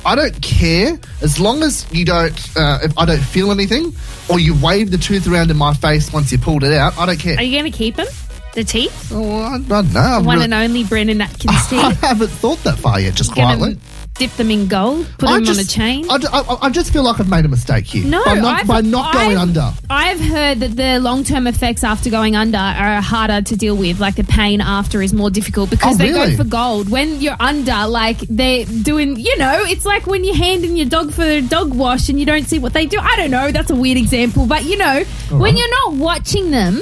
Speaker 10: I don't care as long as you don't, uh, if I don't feel anything or you wave the tooth around in my face once you pulled it out, I don't care.
Speaker 12: Are you going to keep him? The teeth?
Speaker 10: Oh, I, I don't know. I'm
Speaker 12: One
Speaker 10: really-
Speaker 12: and only Brennan
Speaker 10: (laughs)
Speaker 12: Atkins
Speaker 10: I
Speaker 12: teeth.
Speaker 10: haven't thought that far yet, just
Speaker 12: Gonna
Speaker 10: quietly.
Speaker 12: Dip them in gold, put
Speaker 10: I
Speaker 12: them
Speaker 10: just,
Speaker 12: on a chain.
Speaker 10: I, ju- I- I just feel like I've made a mistake here.
Speaker 12: No,
Speaker 10: by not,
Speaker 12: I've-
Speaker 10: by not going
Speaker 12: I've-
Speaker 10: under.
Speaker 12: I've heard that the long term effects after going under are harder to deal with. Like the pain after is more difficult because
Speaker 10: Oh,
Speaker 12: they
Speaker 10: really?
Speaker 12: go for gold. When you're under, like they're doing, you know, it's like when you're handing your dog for a dog wash and you don't see what they do. I don't know. That's a weird example. But, you know, when you're not watching them,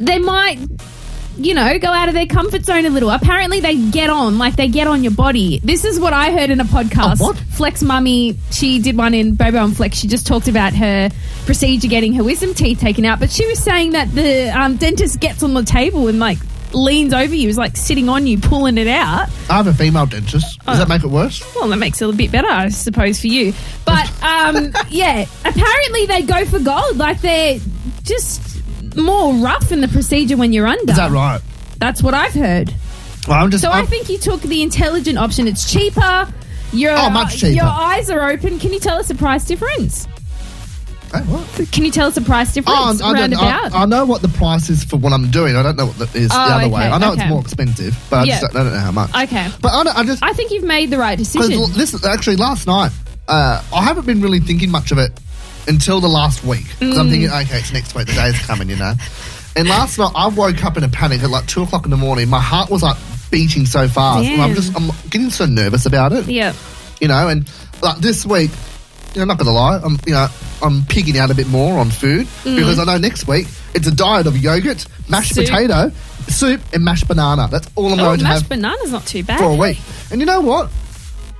Speaker 12: they might. You know, go out of their comfort zone a little. Apparently, they get on, like they get on your body. This is what I heard in a podcast.
Speaker 10: Oh, what?
Speaker 12: Flex Mummy, she did one in Bobo and Flex. She just talked about her procedure getting her wisdom teeth taken out, but she was saying that the um, dentist gets on the table and like leans over you, is like sitting on you, pulling it out.
Speaker 10: I have a female dentist. Does
Speaker 12: Oh.
Speaker 10: that make it worse?
Speaker 12: Well, that makes it a bit better, I suppose, for you. But
Speaker 10: (laughs)
Speaker 12: um, yeah, apparently they go for gold. Like they're just more rough in the procedure when you're under.
Speaker 10: Is that right?
Speaker 12: That's what I've heard.
Speaker 10: Well, I'm just.
Speaker 12: so i
Speaker 10: I'm-
Speaker 12: think you took the intelligent option. It's cheaper. Your, uh,
Speaker 10: Oh, much cheaper.
Speaker 12: Your eyes are open. Can you tell us the price difference? Can you tell us the price difference?
Speaker 10: Oh, I, don't- I,
Speaker 12: roundabout?
Speaker 10: I know what the price is for what I'm doing. I don't know what that is the
Speaker 12: Oh,
Speaker 10: other
Speaker 12: okay,
Speaker 10: way. I know
Speaker 12: okay.
Speaker 10: it's more expensive, but
Speaker 12: Yeah.
Speaker 10: I, just don't, I don't know how much.
Speaker 12: okay.
Speaker 10: But I, don't- I just.
Speaker 12: I think you've made the right
Speaker 10: Because
Speaker 12: decision.
Speaker 10: this is actually last night. Uh, I haven't been really thinking much of it until the last week. 'Cause I'm
Speaker 12: Mm.
Speaker 10: thinking, okay, it's next week. The day's coming, you know. And last night I woke up in a panic at like two o'clock in the morning. My heart was like beating so fast, and I'm
Speaker 12: Damn.
Speaker 10: just I'm getting so nervous about it.
Speaker 12: Yeah.
Speaker 10: You know, and like this week, you know, I'm not gonna lie, I'm you know I'm pigging out a bit more on food
Speaker 11: Mm.
Speaker 10: because I know next week it's a diet of yogurt, mashed
Speaker 12: Soup.
Speaker 10: potato, soup, and mashed banana. That's all I'm
Speaker 12: oh,
Speaker 10: going to
Speaker 12: mashed
Speaker 10: have
Speaker 12: banana's not too bad.
Speaker 10: for a week. And you know what?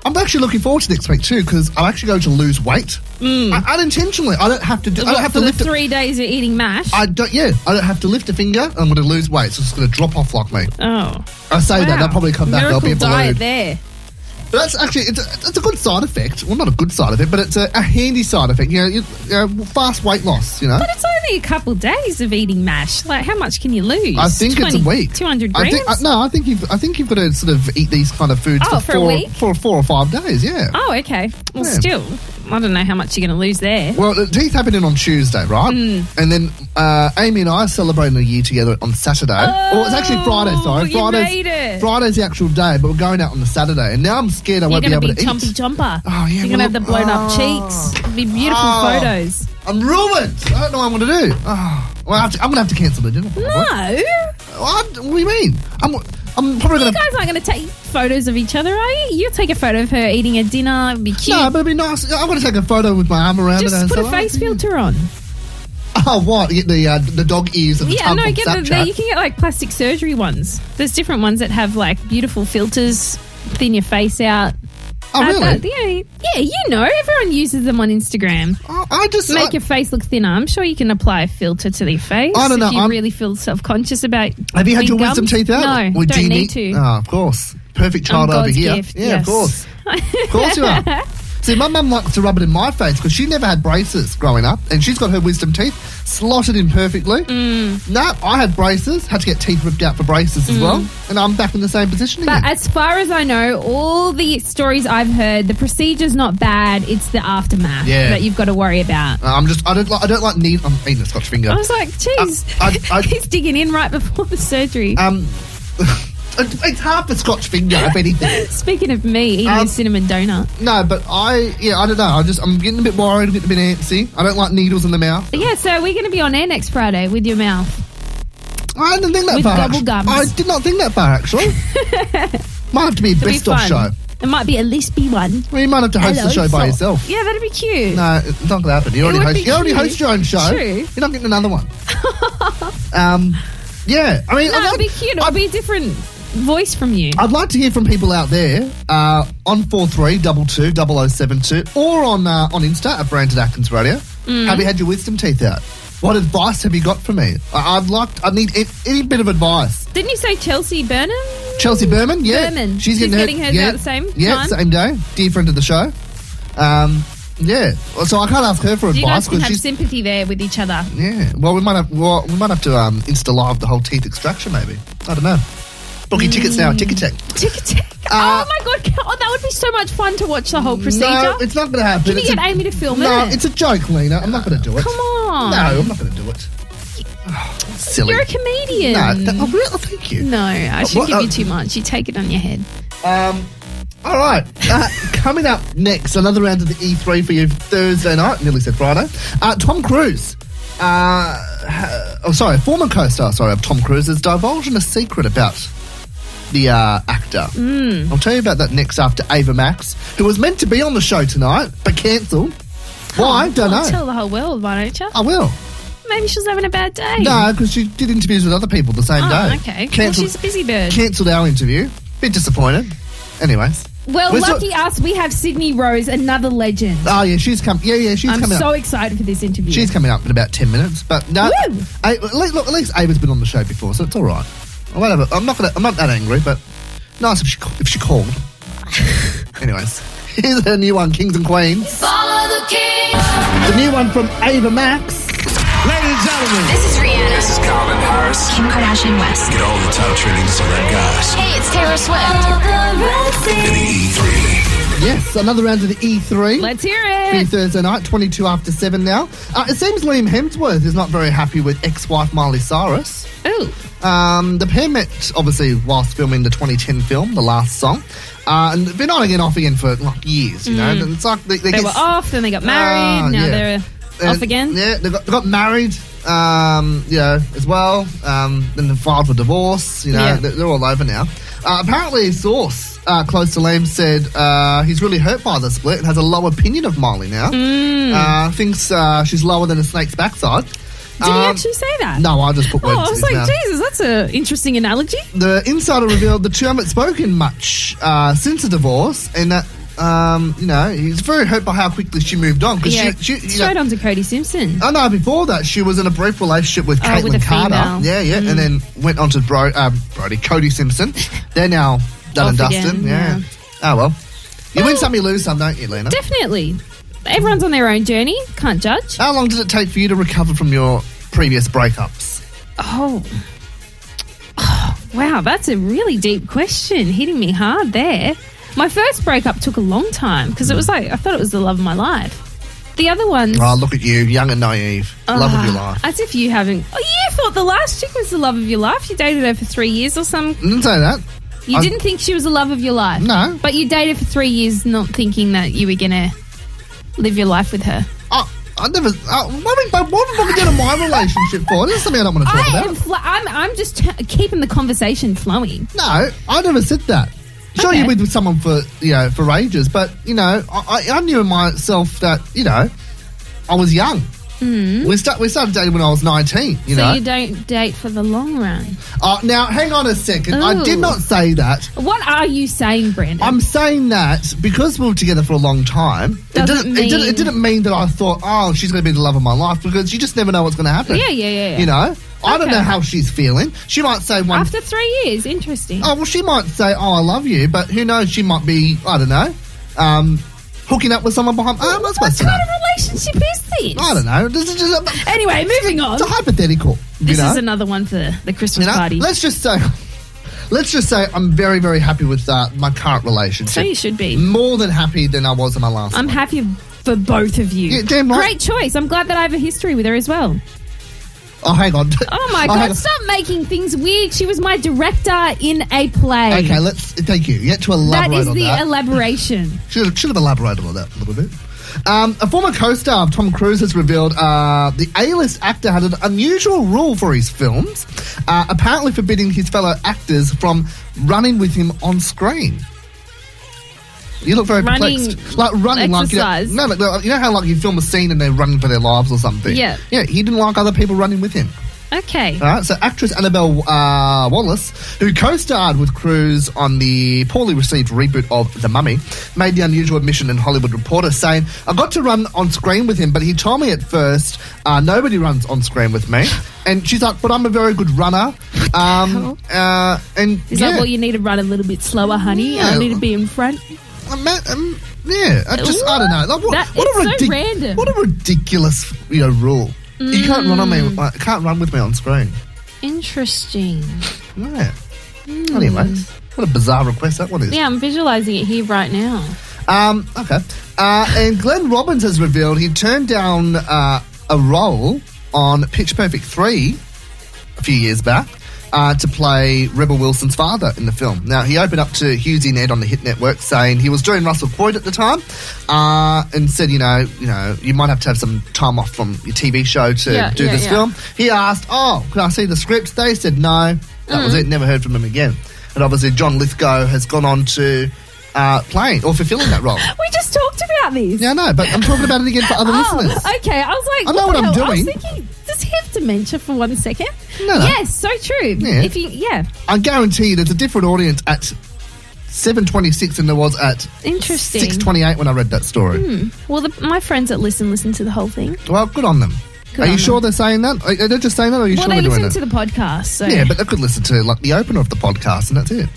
Speaker 10: I'm actually looking forward to next week too because I'm actually going to lose weight I, unintentionally. I don't have to. Do, I
Speaker 12: Mm. What,
Speaker 10: don't have
Speaker 12: for
Speaker 10: to
Speaker 12: the
Speaker 10: lift. A,
Speaker 12: three days of eating mash.
Speaker 10: I don't. Yeah, I don't have to lift a finger. and I'm going to lose weight, so it's going to drop off like me.
Speaker 12: Oh,
Speaker 10: I say that
Speaker 12: Wow.
Speaker 10: they'll probably come back.
Speaker 12: Miracle
Speaker 10: they'll be a
Speaker 12: diet
Speaker 10: balloon.
Speaker 12: there.
Speaker 10: But that's actually it's a, it's a good side effect. Well, not a good side effect, but it's a, a handy side effect. You know, you, you know, fast weight loss. You know.
Speaker 12: But it's only a couple days of eating mash. Like, how much can you lose?
Speaker 10: I think it's a
Speaker 12: 20
Speaker 10: week.
Speaker 12: 200
Speaker 10: I
Speaker 12: grams?
Speaker 10: think, uh, no, I think you've I think you've got to sort of eat these kind of foods
Speaker 12: Oh,
Speaker 10: for
Speaker 12: for a
Speaker 10: four,
Speaker 12: week?
Speaker 10: for four or five days. Yeah.
Speaker 12: oh, okay. Well,
Speaker 10: Yeah.
Speaker 12: still, I don't know how much you're going to lose there.
Speaker 10: Well, the teeth happening on Tuesday, right?
Speaker 12: Hmm.
Speaker 10: And then uh, Amy and I are celebrating the year together on Saturday. Oh, it's actually Friday, sorry.
Speaker 12: you
Speaker 10: Friday's,
Speaker 12: made it.
Speaker 10: Friday's the actual day, but we're going out on the Saturday. And now I'm scared I
Speaker 12: you're
Speaker 10: won't be
Speaker 12: going to
Speaker 10: able
Speaker 12: be
Speaker 10: to
Speaker 12: chumpy
Speaker 10: eat.
Speaker 12: jumper.
Speaker 10: yeah,
Speaker 12: Oh, You're going to
Speaker 10: well,
Speaker 12: have the blown up
Speaker 10: oh.
Speaker 12: cheeks. It'd be beautiful
Speaker 10: Oh.
Speaker 12: photos.
Speaker 10: I'm ruined. I don't know what I'm going to do. Oh, well, I have to, I'm going to have to cancel the dinner. probably.
Speaker 12: No.
Speaker 10: What? What do you mean? I'm, I'm probably
Speaker 12: You
Speaker 10: going to.
Speaker 12: guys aren't going to take photos of each other, are you? You'll take a photo of her eating a dinner. It'd be cute.
Speaker 10: No, but it'd be nice. I'm going to take a photo with my arm around it.
Speaker 12: Just
Speaker 10: and
Speaker 12: put
Speaker 10: say,
Speaker 12: a face filter on.
Speaker 10: (laughs) Oh, what? Get the uh, the dog ears and the
Speaker 12: Yeah,
Speaker 10: tongue
Speaker 12: no,
Speaker 10: from
Speaker 12: get the,
Speaker 10: Snapchat.
Speaker 12: they- you can get like plastic surgery ones. There's different ones that have like beautiful filters, thin your face out.
Speaker 10: Oh,
Speaker 12: Add
Speaker 10: really?
Speaker 12: that- yeah, yeah, you know, everyone uses them on Instagram.
Speaker 10: I just
Speaker 12: make
Speaker 10: I-
Speaker 12: your face look thinner. I'm sure you can apply a filter to their face.
Speaker 10: I don't know,
Speaker 12: If you
Speaker 10: I'm-
Speaker 12: really feel self conscious about.
Speaker 10: Have you had your
Speaker 12: being
Speaker 10: wisdom
Speaker 12: gummed.
Speaker 10: teeth out?
Speaker 12: No,
Speaker 10: Or do
Speaker 12: don't
Speaker 10: you
Speaker 12: need, to.
Speaker 10: Oh, of course. Perfect child
Speaker 12: I'm
Speaker 10: over
Speaker 12: God's
Speaker 10: here.
Speaker 12: gift,
Speaker 10: yeah,
Speaker 12: yes.
Speaker 10: of course. Of course you
Speaker 12: (laughs)
Speaker 10: are. See, my mum likes to rub it in my face because she never had braces growing up, and she's got her wisdom teeth slotted in perfectly. No, I had braces, had to get teeth ripped out for braces as
Speaker 12: Mm.
Speaker 10: well, and I'm back in the same position
Speaker 12: But
Speaker 10: again.
Speaker 12: as far as I know, all the stories I've heard, the procedure's not bad. It's the aftermath
Speaker 10: Yeah. Ah.
Speaker 12: that you've got to worry about.
Speaker 10: I'm just, I don't, like, I don't like need. I'm eating a Scotch finger.
Speaker 12: I was like, geez,
Speaker 10: I- Ah, I-
Speaker 12: (laughs) he's digging in right before the surgery.
Speaker 10: Um, (laughs) It- it's half a Scotch finger, if
Speaker 12: (laughs)
Speaker 10: anything.
Speaker 12: Speaking of me eating
Speaker 10: Ah.
Speaker 12: a cinnamon donut,
Speaker 10: No, but I, yeah, I don't know. I just, I'm getting a bit worried, I'm getting a bit antsy. I don't like needles in the mouth.
Speaker 12: But yeah. So we're going to be on air next Friday with your mouth.
Speaker 10: I didn't think that
Speaker 12: With
Speaker 10: far.
Speaker 12: gobble
Speaker 10: actu-
Speaker 12: gums.
Speaker 10: I did not think that far,
Speaker 12: (laughs)
Speaker 10: actually. might have to be a
Speaker 12: It'll be
Speaker 10: best of
Speaker 12: fun.
Speaker 10: show.
Speaker 12: It might be a Lispy one.
Speaker 10: Well, you might have to host the show by yourself.
Speaker 12: Yeah, that'd be cute.
Speaker 10: No, it's not going to happen. You
Speaker 12: It
Speaker 10: already,
Speaker 12: would
Speaker 10: host,
Speaker 12: be
Speaker 10: you already
Speaker 12: cute.
Speaker 10: host your own show.
Speaker 12: True.
Speaker 10: You're not getting another
Speaker 12: (laughs)
Speaker 10: one. um, yeah, I mean,
Speaker 12: No,
Speaker 10: I'd,
Speaker 12: it'd be cute. It'll be a different voice from you.
Speaker 10: I'd like to hear from people out there uh, on 4322 oh or on uh, on Insta at Brandon Atkins Radio.
Speaker 12: Mm.
Speaker 10: Have you had your wisdom teeth out? What advice have you got for me? I, I'd like, I need a- any bit of advice.
Speaker 12: Didn't you say Chelsea Burnham?
Speaker 10: Chelsea Berman, yeah.
Speaker 12: Berman.
Speaker 10: She's
Speaker 12: She's
Speaker 10: getting,
Speaker 12: getting hers
Speaker 10: yeah,
Speaker 12: out the same
Speaker 10: Yeah,
Speaker 12: time?
Speaker 10: same day. Dear friend of the show. Um, yeah. Well, So I can't ask her for
Speaker 12: You
Speaker 10: advice
Speaker 12: guys can
Speaker 10: because
Speaker 12: have
Speaker 10: she's.
Speaker 12: sympathy there with
Speaker 10: (laughs)
Speaker 12: each other.
Speaker 10: yeah. Well, we might have. Well, we might have to um, insta live the whole teeth extraction. Maybe. I don't know. Booking
Speaker 12: Mm.
Speaker 10: tickets now at Ticket Tech.
Speaker 12: Tick, tick. oh my god, oh, that would be so much fun to watch the whole procedure.
Speaker 10: Uh, No, it's not going to happen.
Speaker 12: Can you
Speaker 10: It's
Speaker 12: get
Speaker 10: a-
Speaker 12: Amy to film
Speaker 10: No,
Speaker 12: it?
Speaker 10: it's a joke, Lena. I'm not going to do it.
Speaker 12: Come on.
Speaker 10: No, I'm not going to do it. (sighs) Silly.
Speaker 12: You're a comedian.
Speaker 10: No, th- oh, really? thank you.
Speaker 12: No, I should
Speaker 10: What-
Speaker 12: give
Speaker 10: uh,
Speaker 12: you too much. You take it on your head.
Speaker 10: Um, all right. Uh, coming up next, another round of the E3 for you Thursday night. Nearly said Friday. Uh, Tom Cruise. Uh, ha- oh, sorry, former co-star. Sorry, of Tom Cruise is divulging a secret about the uh, actor.
Speaker 12: Hmm.
Speaker 10: I'll tell you about that next after Ava Max, who was meant to be on the show tonight but cancelled. Why?
Speaker 12: Oh,
Speaker 10: Don't know.
Speaker 12: Tell the whole world, why don't you?
Speaker 10: I will.
Speaker 12: Maybe she was having a bad day.
Speaker 10: No, because she did interviews with other people the same
Speaker 12: Oh,
Speaker 10: day.
Speaker 12: okay. Well,
Speaker 10: Cancelled,
Speaker 12: she's a busy bird.
Speaker 10: cancelled our interview. Bit disappointed. Anyways.
Speaker 12: Well,
Speaker 10: We're so-
Speaker 12: lucky us, we have Sydney Rose, another legend.
Speaker 10: Oh yeah, she's come. Yeah, yeah, she's
Speaker 12: I'm
Speaker 10: coming
Speaker 12: so
Speaker 10: up.
Speaker 12: excited for this interview.
Speaker 10: She's coming up in about ten minutes. But no, I, at least- look, at least Ava's been on the show before, so it's all right. Or whatever. I'm not gonna. I'm not that angry, but nice if she ca- if she
Speaker 12: (laughs)
Speaker 10: called. Anyways, here's her new one, Kings and Queens.
Speaker 6: Follow the king.
Speaker 10: The new one from Ava Max.
Speaker 6: Ladies and gentlemen. This is Rihanna.
Speaker 7: This is Calvin Harris.
Speaker 6: Kim Kardashian West.
Speaker 7: Get all the top trending celeb guys.
Speaker 6: Hey, it's Taylor Swift.
Speaker 9: E
Speaker 10: Yes, another round of the E3.
Speaker 12: Let's hear it.
Speaker 10: Free Thursday night, 22 after 7 now. Uh, it seems Liam Hemsworth is not very happy with ex wife Miley Cyrus.
Speaker 12: Ooh.
Speaker 10: Um, the pair met, obviously, whilst filming the 2010 film, The Last Song. Uh, and they've been on again, off again for like years, you know.
Speaker 12: Mm.
Speaker 10: And it's like they,
Speaker 12: They,
Speaker 10: they, get-
Speaker 12: were off, then they got
Speaker 10: Ah,
Speaker 12: married. now
Speaker 10: yeah.
Speaker 12: they're
Speaker 10: Uh,
Speaker 12: off again.
Speaker 10: Yeah, they got, they got married, um, you know, as well. Um, then they filed for divorce, you know,
Speaker 12: Yeah.
Speaker 10: they- they're all over now. Uh, apparently, a source uh, close to Liam said uh, he's really hurt by the split and has a low opinion of Miley now.
Speaker 12: Mm.
Speaker 10: Uh, thinks uh, she's lower than a snake's backside. Um,
Speaker 12: Did he actually say that?
Speaker 10: No, I just put words
Speaker 12: Oh, I
Speaker 10: in
Speaker 12: was
Speaker 10: his
Speaker 12: like,
Speaker 10: mouth.
Speaker 12: Jesus, that's an interesting analogy.
Speaker 10: The insider revealed the two haven't spoken much uh, since the divorce, and that um, you know he's very hurt by how quickly she moved on. 'cause
Speaker 12: Yeah,
Speaker 10: she, she, you
Speaker 12: straight
Speaker 10: know,
Speaker 12: on to Cody Simpson.
Speaker 10: Oh no! Before that, she was in a brief relationship with
Speaker 12: Oh,
Speaker 10: Caitlin
Speaker 12: with a
Speaker 10: Carter.
Speaker 12: female.
Speaker 10: Yeah, yeah,
Speaker 12: Mm.
Speaker 10: and then went on to Bro, uh, Brody Cody Simpson. They're now done and
Speaker 12: Off
Speaker 10: dusted.
Speaker 12: again,
Speaker 10: yeah.
Speaker 12: yeah.
Speaker 10: Oh well, you win some, you lose some, don't you, Lena?
Speaker 12: Definitely. Everyone's on their own journey. Can't judge.
Speaker 10: How long did it take for you to recover from your previous breakups?
Speaker 12: Oh. Oh, Wow, that's a really deep question. Hitting me hard there. My first breakup took a long time because it was like, I thought it was the love of my life. The other ones.
Speaker 10: Oh, look at you, young and naive, love of
Speaker 12: Ah,
Speaker 10: your life.
Speaker 12: As if you haven't. Oh, you thought the last chick was the love of your life. You dated her for three years or some.
Speaker 10: I didn't say that.
Speaker 12: You
Speaker 10: I-
Speaker 12: didn't think she was the love of your life.
Speaker 10: No.
Speaker 12: But you dated for three years not thinking that you were going to live your life with her.
Speaker 10: Oh, I never. Oh, what am I what am I doing in my relationship for? This is something I don't want to talk
Speaker 12: I
Speaker 10: about.
Speaker 12: am fl- I'm, I'm just t- keeping the conversation flowing.
Speaker 10: No, I never said that. Sure, you've been with someone for you know for ages, but you know, I, I I knew in myself that you know I was young.
Speaker 12: Mm.
Speaker 10: We start we started dating when I was nineteen. You
Speaker 12: so
Speaker 10: know.
Speaker 12: you don't date for the long run.
Speaker 10: Uh, now, hang on a second. I did
Speaker 12: Ooh.
Speaker 10: not say that.
Speaker 12: What are you saying, Brandon?
Speaker 10: I'm saying that because we were together for a long time. it
Speaker 12: Doesn't
Speaker 10: didn't. It, didn't
Speaker 12: mean-
Speaker 10: it didn't mean that I thought, oh, she's going to be the love of my life because you just never know what's going to happen.
Speaker 12: Yeah, yeah, yeah, yeah.
Speaker 10: You know. I don't
Speaker 12: Okay.
Speaker 10: know how she's feeling. She might say one
Speaker 12: After three years, interesting.
Speaker 10: Oh well, she might say, "Oh, I love you," but who knows? She might be, I don't know, um, hooking up with someone behind. Oh, I'm not supposed to.
Speaker 12: What
Speaker 10: Know.
Speaker 12: kind of relationship is this?
Speaker 10: I don't know. This is just a,
Speaker 12: Anyway, moving on.
Speaker 10: it's a hypothetical.
Speaker 12: This
Speaker 10: you know?
Speaker 12: is another one for the Christmas
Speaker 10: You know?
Speaker 12: party.
Speaker 10: Let's just say, (laughs) let's just say, I'm very, very happy with uh, my current relationship.
Speaker 12: So you should be.
Speaker 10: (laughs) more than happy than I was in my last.
Speaker 12: I'm
Speaker 10: one.
Speaker 12: happy for both of you.
Speaker 10: Yeah, damn right.
Speaker 12: Great choice. I'm glad that I have a history with her as well.
Speaker 10: Oh, hang on.
Speaker 12: Oh my
Speaker 10: hang
Speaker 12: god,
Speaker 10: on.
Speaker 12: stop making things weird. She was my director in a play.
Speaker 10: Okay, let's. Thank you. You had to elaborate
Speaker 12: that is
Speaker 10: on
Speaker 12: the
Speaker 10: that.
Speaker 12: elaboration.
Speaker 10: Should have, should have elaborated on that a little bit. Um, a former co-star of Tom Cruise has revealed uh, the A-list actor had an unusual rule for his films, uh, apparently forbidding his fellow actors from running with him on screen. You look very
Speaker 12: Running
Speaker 10: perplexed. Like running, like
Speaker 12: exercise.
Speaker 10: you know, no, like, you know how like you film a scene and they're running for their lives or something.
Speaker 12: Yeah.
Speaker 10: yeah. He didn't like other people running with him.
Speaker 12: Okay.
Speaker 10: All right, so actress Annabelle uh, Wallace, who co-starred with Cruz on the poorly received reboot of The Mummy, made the unusual admission in Hollywood Reporter, saying, "I got to run on screen with him, but he told me at first uh, nobody runs on screen with me." And she's like, "But I'm a very good runner." Um, uh, and
Speaker 12: Is
Speaker 10: yeah,
Speaker 12: that what you need to run a little bit slower, honey? I
Speaker 10: Yeah.
Speaker 12: need to be in front.
Speaker 10: I'm at- I'm- um, yeah, I just I don't know. Like, what,
Speaker 12: That-
Speaker 10: what a
Speaker 12: it's so
Speaker 10: ridic-
Speaker 12: random.
Speaker 10: What a ridiculous you know rule. You can't run on me.
Speaker 12: Hmm.
Speaker 10: Like, can't run with me on screen.
Speaker 12: Interesting.
Speaker 10: Yeah. Anyways, what a bizarre request that one is.
Speaker 12: Yeah, I'm visualizing it here right now.
Speaker 10: Um, okay. Uh, and Glenn Robbins has revealed he turned down uh, a role on Pitch Perfect 3 a few years back. Uh, to play Rebel Wilson's father in the film. Now, he opened up to Hughes in Ed on the Hit Network saying he was doing Russell Boyd at the time uh, and said, you know, you know, you might have to have some time off from your TV show to
Speaker 2: Yeah,
Speaker 10: do
Speaker 2: yeah,
Speaker 10: this
Speaker 2: yeah.
Speaker 10: film. He asked, oh, could I see the script? They said no. That was
Speaker 2: Mhm.
Speaker 10: it. Never heard from him again. And obviously, John Lithgow has gone on to uh, playing or fulfilling that
Speaker 2: (laughs)
Speaker 10: role.
Speaker 12: We just talked about this.
Speaker 10: Yeah, I know, but I'm talking about it again for other
Speaker 12: oh,
Speaker 10: listeners.
Speaker 12: Okay, I was like,
Speaker 10: I know
Speaker 12: the
Speaker 10: what I'm
Speaker 12: hell? I was
Speaker 10: doing.
Speaker 12: thinking, does he have dementia for one second?
Speaker 10: No.
Speaker 12: Yes, so true.
Speaker 10: Yeah.
Speaker 12: If you, yeah,
Speaker 10: I guarantee you there's a different audience at 7.26 than there was at
Speaker 12: interesting.
Speaker 10: 6.28 when I read that story.
Speaker 12: Hmm. Well, the, my friends that listen listen to the whole thing.
Speaker 10: Well, good on them. Are you sure they're saying that? Are they just saying that, or are you
Speaker 12: well,
Speaker 10: sure
Speaker 12: they
Speaker 10: they're doing
Speaker 12: listen
Speaker 10: it?
Speaker 12: to the podcast. So.
Speaker 10: Yeah, but they could listen to like the opener of the podcast, and that's it.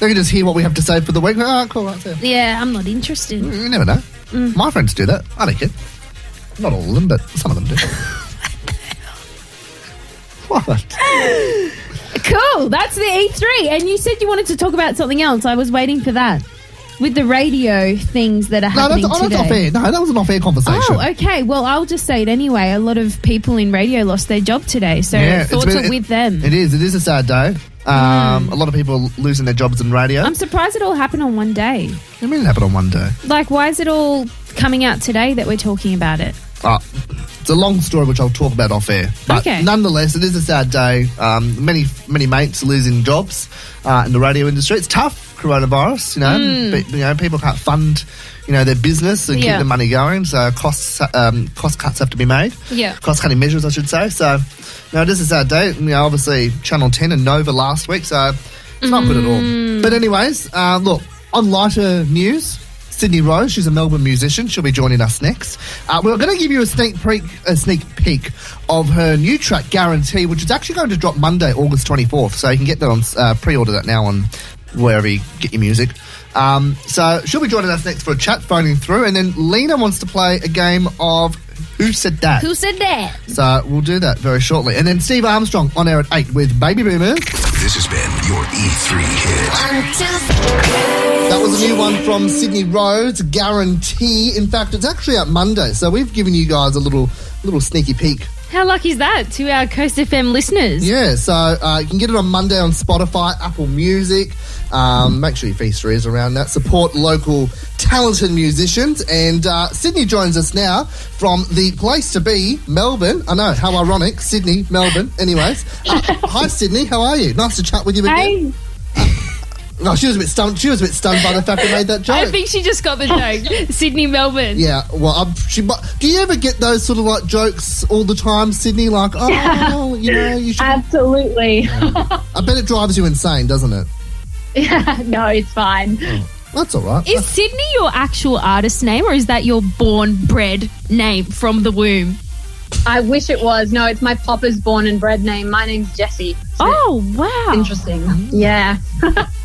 Speaker 10: They can just hear what we have to say for the week. Ah, cool, that's it.
Speaker 12: Yeah, I'm not interested.
Speaker 10: You never know.
Speaker 12: Mm.
Speaker 10: My friends do that. I don't care. Not all of them, but some of
Speaker 12: (laughs)
Speaker 10: them do. what?
Speaker 12: Cool. That's the E3. And you said you wanted to talk about something else. I was waiting for that with the radio things that are
Speaker 10: No, that's,
Speaker 12: happening
Speaker 10: oh, that's off
Speaker 12: today.
Speaker 10: air. No, that was an off air conversation.
Speaker 12: Oh, okay. Well, I'll just say it anyway. A lot of people in radio lost their job today, so
Speaker 10: Yeah, it's
Speaker 12: thoughts
Speaker 10: been-
Speaker 12: are with them. Mm.
Speaker 10: It is. It is a sad day. Um, A lot of people losing their jobs in radio.
Speaker 12: I'm surprised it all happened on one day.
Speaker 10: I mean, it happened on one day.
Speaker 12: Like, why is it all coming out today that we're talking about it?
Speaker 10: Uh, it's a long story which I'll talk about off air. But
Speaker 12: Okay.
Speaker 10: nonetheless, it is a sad day. Um, many many mates losing jobs uh, in the radio industry. It's tough, coronavirus. You know,
Speaker 11: Mm.
Speaker 10: But, you know people can't fund you know their business and
Speaker 11: Yeah.
Speaker 10: keep the money going. So costs um, cost cuts have to be made.
Speaker 11: Yeah.
Speaker 10: cost cutting measures, I should say. So no, this is our day. You know, obviously Channel Ten and Nova last week. So it's not good at all. But anyways, uh, look on lighter news. Sydney Rose, she's a Melbourne musician. She'll be joining us next. Uh, we're going to give you a sneak peek, a sneak peek of her new track, Guarantee, which is actually going to drop Monday, August twenty fourth. So you can get that on uh, pre-order that now on wherever you get your music. Um, so she'll be joining us next for a chat, phoning through, and then Lena wants to play a game of Who Said That.
Speaker 12: Who said that?
Speaker 10: So we'll do that very shortly. And then Steve Armstrong on air at 8 with Baby Boomers.
Speaker 7: This has been your
Speaker 9: E
Speaker 7: E3 hit.
Speaker 10: That was a new one from Sydney Rhodes, Guarantee. In fact, it's actually out Monday, so we've given you guys a little little sneaky peek.
Speaker 12: How lucky is that to our Coast FM listeners?
Speaker 10: Yeah, so uh, you can get it on Monday on Spotify, Apple Music. Um, make sure your feaster is around that. Support local talented musicians. And uh, Sydney joins us now from the place to be, Melbourne. I know, how ironic. Sydney, Melbourne. Anyways, Uh, hi Sydney, how are you? Nice to chat with you again.
Speaker 12: Hey.
Speaker 10: No, she was a bit stunned. She was a bit stunned by the fact we made
Speaker 12: (laughs)
Speaker 10: that joke.
Speaker 12: I think she just got the
Speaker 10: (laughs)
Speaker 12: joke. Sydney, Melbourne.
Speaker 10: Yeah, well, I'm, she. mu- Do you ever get those sort of like jokes all the time, Sydney? Like, oh, you know, you should.
Speaker 13: Absolutely.
Speaker 10: I bet it drives you insane, doesn't it?
Speaker 13: no, it's fine.
Speaker 10: That's all right.
Speaker 12: Is Sydney your actual artist name, or is that your born bred name from the womb?
Speaker 13: I wish it was. No, it's my papa's born and bred name. My name's Jessie.
Speaker 12: Oh, wow.
Speaker 13: Interesting. Yeah.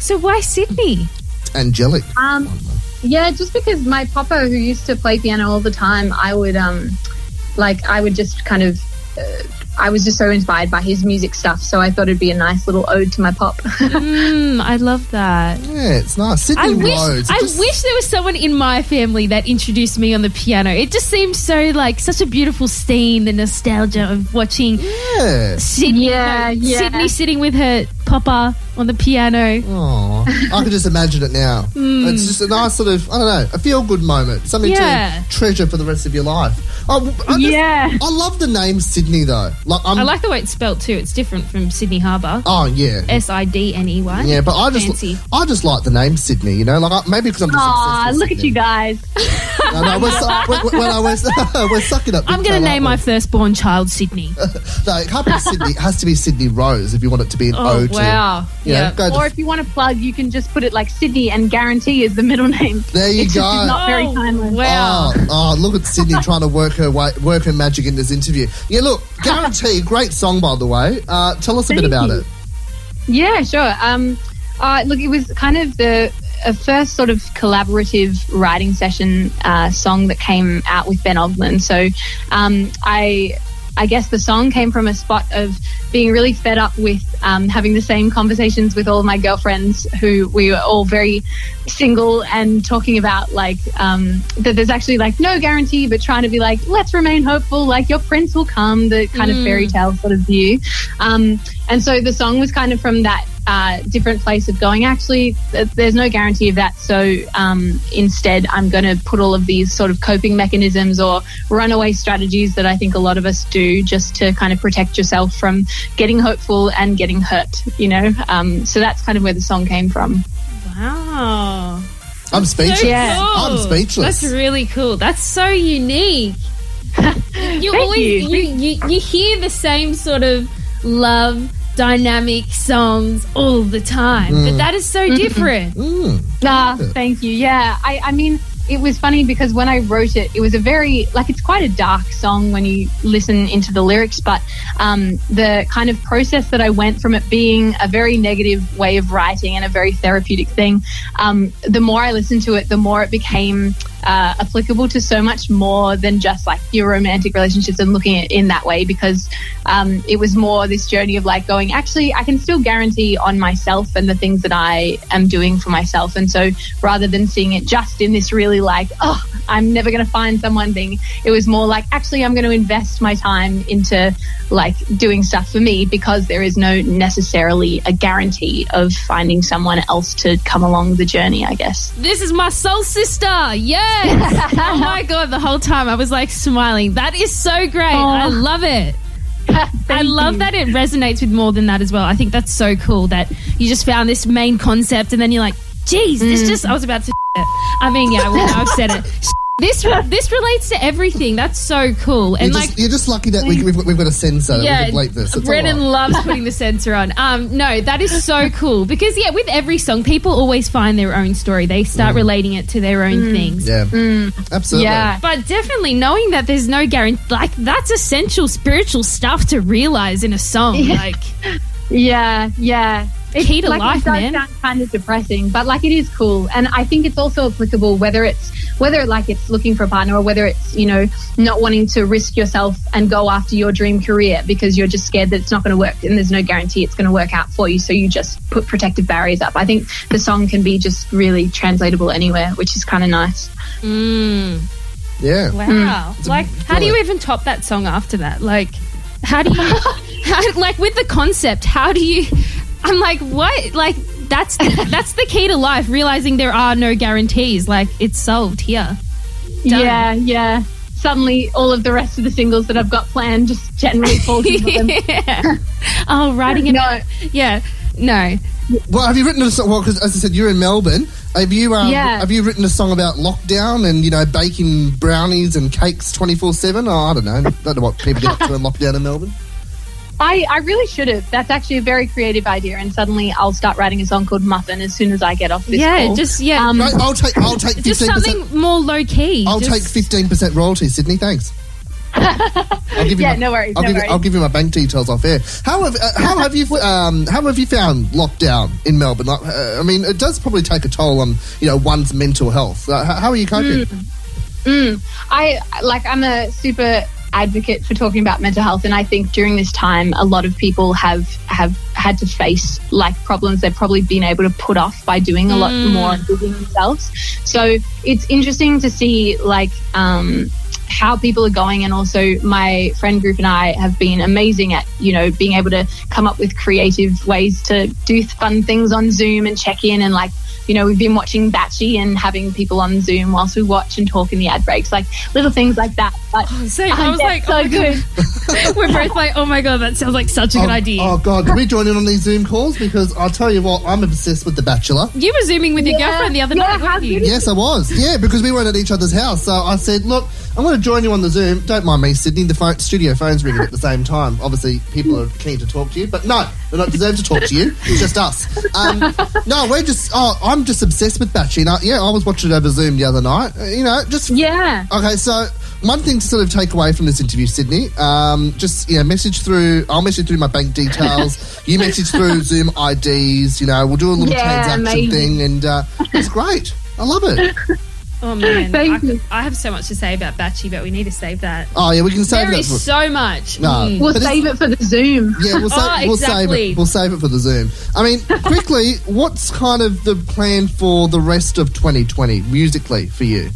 Speaker 12: so why Sydney?
Speaker 10: Angelic.
Speaker 13: Um, yeah, just because my papa, who used to play piano all the time, I would um, like I would just kind of. Uh, I was just so inspired by his music stuff, so I thought it'd be a nice little ode to my pop. (laughs)
Speaker 12: Mm, I love that.
Speaker 10: Yeah, it's nice. Sydney
Speaker 12: I wish
Speaker 10: Rhodes.
Speaker 12: I
Speaker 10: just-
Speaker 12: wish there was someone in my family that introduced me on the piano. It just seems so like such a beautiful scene, the nostalgia of watching
Speaker 10: Yeah.
Speaker 12: Sydney,
Speaker 13: Yeah,
Speaker 12: like,
Speaker 13: yeah.
Speaker 12: Sydney sitting with her papa on the piano.
Speaker 10: Aw, I can just imagine it now.
Speaker 12: Mm.
Speaker 10: It's just a nice sort of, I don't know, a feel good moment. Something
Speaker 12: Yeah.
Speaker 10: to treasure for the rest of your life. Oh, I just-
Speaker 12: Yeah.
Speaker 10: I love the name Sydney, though. Like, I'm,
Speaker 12: i like the way it's spelled too. It's different from Sydney Harbour.
Speaker 10: Oh, yeah.
Speaker 12: S I D N E Y.
Speaker 10: yeah, but I just
Speaker 12: Fancy.
Speaker 10: I just like the name Sydney, you know, like I, maybe because I'm just
Speaker 13: Aw,
Speaker 10: obsessed with
Speaker 13: look at
Speaker 10: Sydney.
Speaker 13: you guys.
Speaker 10: No, no, we're, su- we're, we're, no, (laughs) we're, su- we're sucking up.
Speaker 12: I'm going to name my firstborn child Sydney.
Speaker 10: No, it
Speaker 12: (laughs)
Speaker 10: can't be Sydney. It has to be Sydney Rose if you want it to be an
Speaker 13: Oh,
Speaker 10: ode to-
Speaker 13: wow.
Speaker 10: you know, go to-
Speaker 13: Or if you want to plug, you can just put it like Sydney and guarantee is the middle name.
Speaker 10: There you
Speaker 13: It's
Speaker 10: go.
Speaker 13: Just not very timely.
Speaker 10: Oh, oh, look at
Speaker 12: (laughs)
Speaker 10: Sydney trying to work her way, work her magic in this interview. Yeah, look, guarantee, great song by the way. Uh, tell us a bit
Speaker 13: Thank
Speaker 10: about
Speaker 13: you.
Speaker 10: it.
Speaker 13: Yeah, sure. Um, uh, look, it was kind of the a first sort of collaborative writing session uh, song that came out with Ben Ogden. So um, I. I guess the song came from a spot of being really fed up with um, having the same conversations with all of my girlfriends who we were all very single and talking about like um, that there's actually like no guarantee, but trying to be like, let's remain hopeful, like your prince will come, the kind of
Speaker 14: Mm.
Speaker 13: fairy tale sort of view. Um, and so the song was kind of from that uh, different place of going, actually, th- there's no guarantee of that. So um, instead, I'm going to put all of these sort of coping mechanisms or runaway strategies that I think a lot of us do just to kind of protect yourself from getting hopeful and getting hurt, you know? Um, so that's kind of where the song came from.
Speaker 12: Wow.
Speaker 10: I'm speechless.
Speaker 12: So cool.
Speaker 10: I'm speechless.
Speaker 12: That's really cool. That's so unique. you
Speaker 13: Thank
Speaker 12: always
Speaker 13: you.
Speaker 12: you. You, you hear the same sort of love dynamic songs all the time,
Speaker 13: Mm.
Speaker 12: but that is so
Speaker 13: Mhm.
Speaker 12: different.
Speaker 10: Mm.
Speaker 13: Ah, thank you. Yeah, I, I mean, it was funny because when I wrote it, it was a very like it's quite a dark song when you listen into the lyrics, but um, the kind of process that I went from it being a very negative way of writing and a very therapeutic thing, um, the more I listened to it, the more it became uh, applicable to so much more than just like your romantic relationships and looking at it in that way because um, it was more this journey of like going actually I can still guarantee on myself and the things that I am doing for myself and so rather than seeing it just in this really like oh I'm never going to find someone thing it was more like actually I'm going to invest my time into like doing stuff for me because there is no necessarily a guarantee of finding someone else to come along the journey I guess
Speaker 12: This is my soul sister. Yes. oh my god, the whole time I was like smiling. That is so great. I love it. I love that it resonates with more than that as well. I think that's so cool that you just found this main concept and then you're like, geez, this
Speaker 6: Mm.
Speaker 12: just I was about to (laughs) it. I mean, yeah, well, I've said it. (laughs) This this relates to everything. That's so cool. And
Speaker 10: you're,
Speaker 12: like Mm.
Speaker 10: just, you're just lucky that we, we've, got- we've got a sensor that we can plate this. It's all
Speaker 12: Brennan
Speaker 10: right.
Speaker 12: loves
Speaker 10: (laughs)
Speaker 12: putting the sensor on. Um, no, that is so cool because yeah, with every song, people always find their own story. They
Speaker 10: Mm.
Speaker 12: start relating it to their own things.
Speaker 10: Yeah. Absolutely.
Speaker 12: Mm. Yeah, but definitely knowing that there's no guarantee, like that's essential spiritual stuff to realize in a song.
Speaker 13: Yeah.
Speaker 12: Like,
Speaker 13: Yeah, yeah. It's
Speaker 12: Key to
Speaker 13: like
Speaker 12: life,
Speaker 13: it does
Speaker 12: man.
Speaker 13: sound kind of depressing, but like it is cool, and I think it's also applicable whether it's whether like it's looking for a partner or whether it's you know not wanting to risk yourself and go after your dream career because you're just scared that it's not going to work and there's no guarantee it's going to work out for you, so you just put protective barriers up. I think the song can be just really translatable anywhere, which is kind of nice.
Speaker 12: mm,
Speaker 10: Yeah.
Speaker 12: wow. Like, how do you even top that song after that? Like, how do you, (laughs) how, like, with the concept, how do you, I'm like, what? Like, that's that's the key to life, realizing there are no guarantees. Like, it's solved here. Done.
Speaker 13: Yeah, yeah. Suddenly, all of the rest of the singles that I've got planned just generally
Speaker 12: (laughs)
Speaker 13: falls into them.
Speaker 12: Oh, writing it.
Speaker 13: No.
Speaker 12: Yeah. No.
Speaker 10: Well, have you written a song? Well, because as I said, you're in Melbourne. Have you? Um,
Speaker 12: Yeah.
Speaker 10: Have you written a song about lockdown and you know baking brownies and cakes twenty four seven? Oh, I don't know. Don't know what people do in lockdown in
Speaker 12: (laughs)
Speaker 10: Melbourne.
Speaker 13: I, I really should have. That's actually a very creative idea. And suddenly I'll start writing a song called Muffin as soon as I get off this
Speaker 12: Yeah,
Speaker 13: call.
Speaker 12: just- yeah.
Speaker 10: Um,
Speaker 12: Right, I'll take- I'll take Um, Just 15%. something more low key.
Speaker 10: I'll
Speaker 12: just-
Speaker 10: take fifteen percent royalties, Sydney.
Speaker 12: (laughs)
Speaker 10: Thanks. I'll give you
Speaker 13: Yeah,
Speaker 10: my,
Speaker 13: no worries,
Speaker 10: I'll,
Speaker 13: no
Speaker 10: give, you-
Speaker 13: worries.
Speaker 10: I'll give you my bank details off air. How have uh, how have
Speaker 12: (laughs)
Speaker 10: you um, how have you found lockdown in Melbourne? Like, uh, I mean, it does probably take a toll on you know one's mental health. Uh, how, how are you coping?
Speaker 13: Mm. I like I'm a super advocate for talking about mental health and I think during this time a lot of people have have had to face like problems they've probably been able to put off by doing a lot
Speaker 6: Mm.
Speaker 13: more and building themselves. So it's interesting to see like um how people are going and also my friend group and I have been amazing at you know being able to come up with creative ways to do fun things on Zoom and check in and like you know we've been watching Batchy and having people on Zoom whilst we watch and talk in the ad breaks like little things like that but um,
Speaker 12: So (laughs) I was like, oh my God. (laughs) We're both like, oh my god, that sounds like such a good
Speaker 10: oh,
Speaker 12: idea.
Speaker 10: Oh god, can we join in on these Zoom calls? Because I'll tell you what, I'm obsessed with The Bachelor.
Speaker 12: You were zooming with your
Speaker 10: Yeah,
Speaker 12: girlfriend the other night, weren't you?
Speaker 10: Yes, I was. Yeah, because we weren't at each other's house. So I said, look, I'm going to join you on the Zoom. Don't mind me, Sydney. The phone, studio phone's ringing at the same time. Obviously, people are keen to talk to you, but no, they're not deserved to talk to you. It's just us. Um, no, we're just. Oh, I'm just obsessed with Batchy. You know, yeah, I was watching it over Zoom the other night. Uh, You know, just
Speaker 13: yeah.
Speaker 10: Okay, so. One thing to sort of take away from this interview, Sydney, um, just you know, message through. I'll message through my bank
Speaker 12: (laughs)
Speaker 10: details. you message through Zoom IDs. You know, we'll do a little
Speaker 12: Yeah,
Speaker 10: transaction
Speaker 12: amazing.
Speaker 10: thing, and uh, it's great. I love it.
Speaker 12: Oh man,
Speaker 10: Thank
Speaker 12: I, could- I have so much to say about Batchy, but we need to save that.
Speaker 10: Oh yeah, we can save
Speaker 12: there
Speaker 10: that.
Speaker 12: is
Speaker 10: for-
Speaker 12: so much.
Speaker 10: No.
Speaker 12: Mm.
Speaker 10: We'll But it's- save
Speaker 13: it for the Zoom.
Speaker 10: yeah,
Speaker 12: (laughs)
Speaker 10: we'll, sa-
Speaker 12: oh,
Speaker 10: we'll
Speaker 12: exactly.
Speaker 10: save it. We'll save it for the Zoom. I
Speaker 12: (laughs)
Speaker 10: mean, quickly, what's kind of the plan for the rest of 2020 musically for you?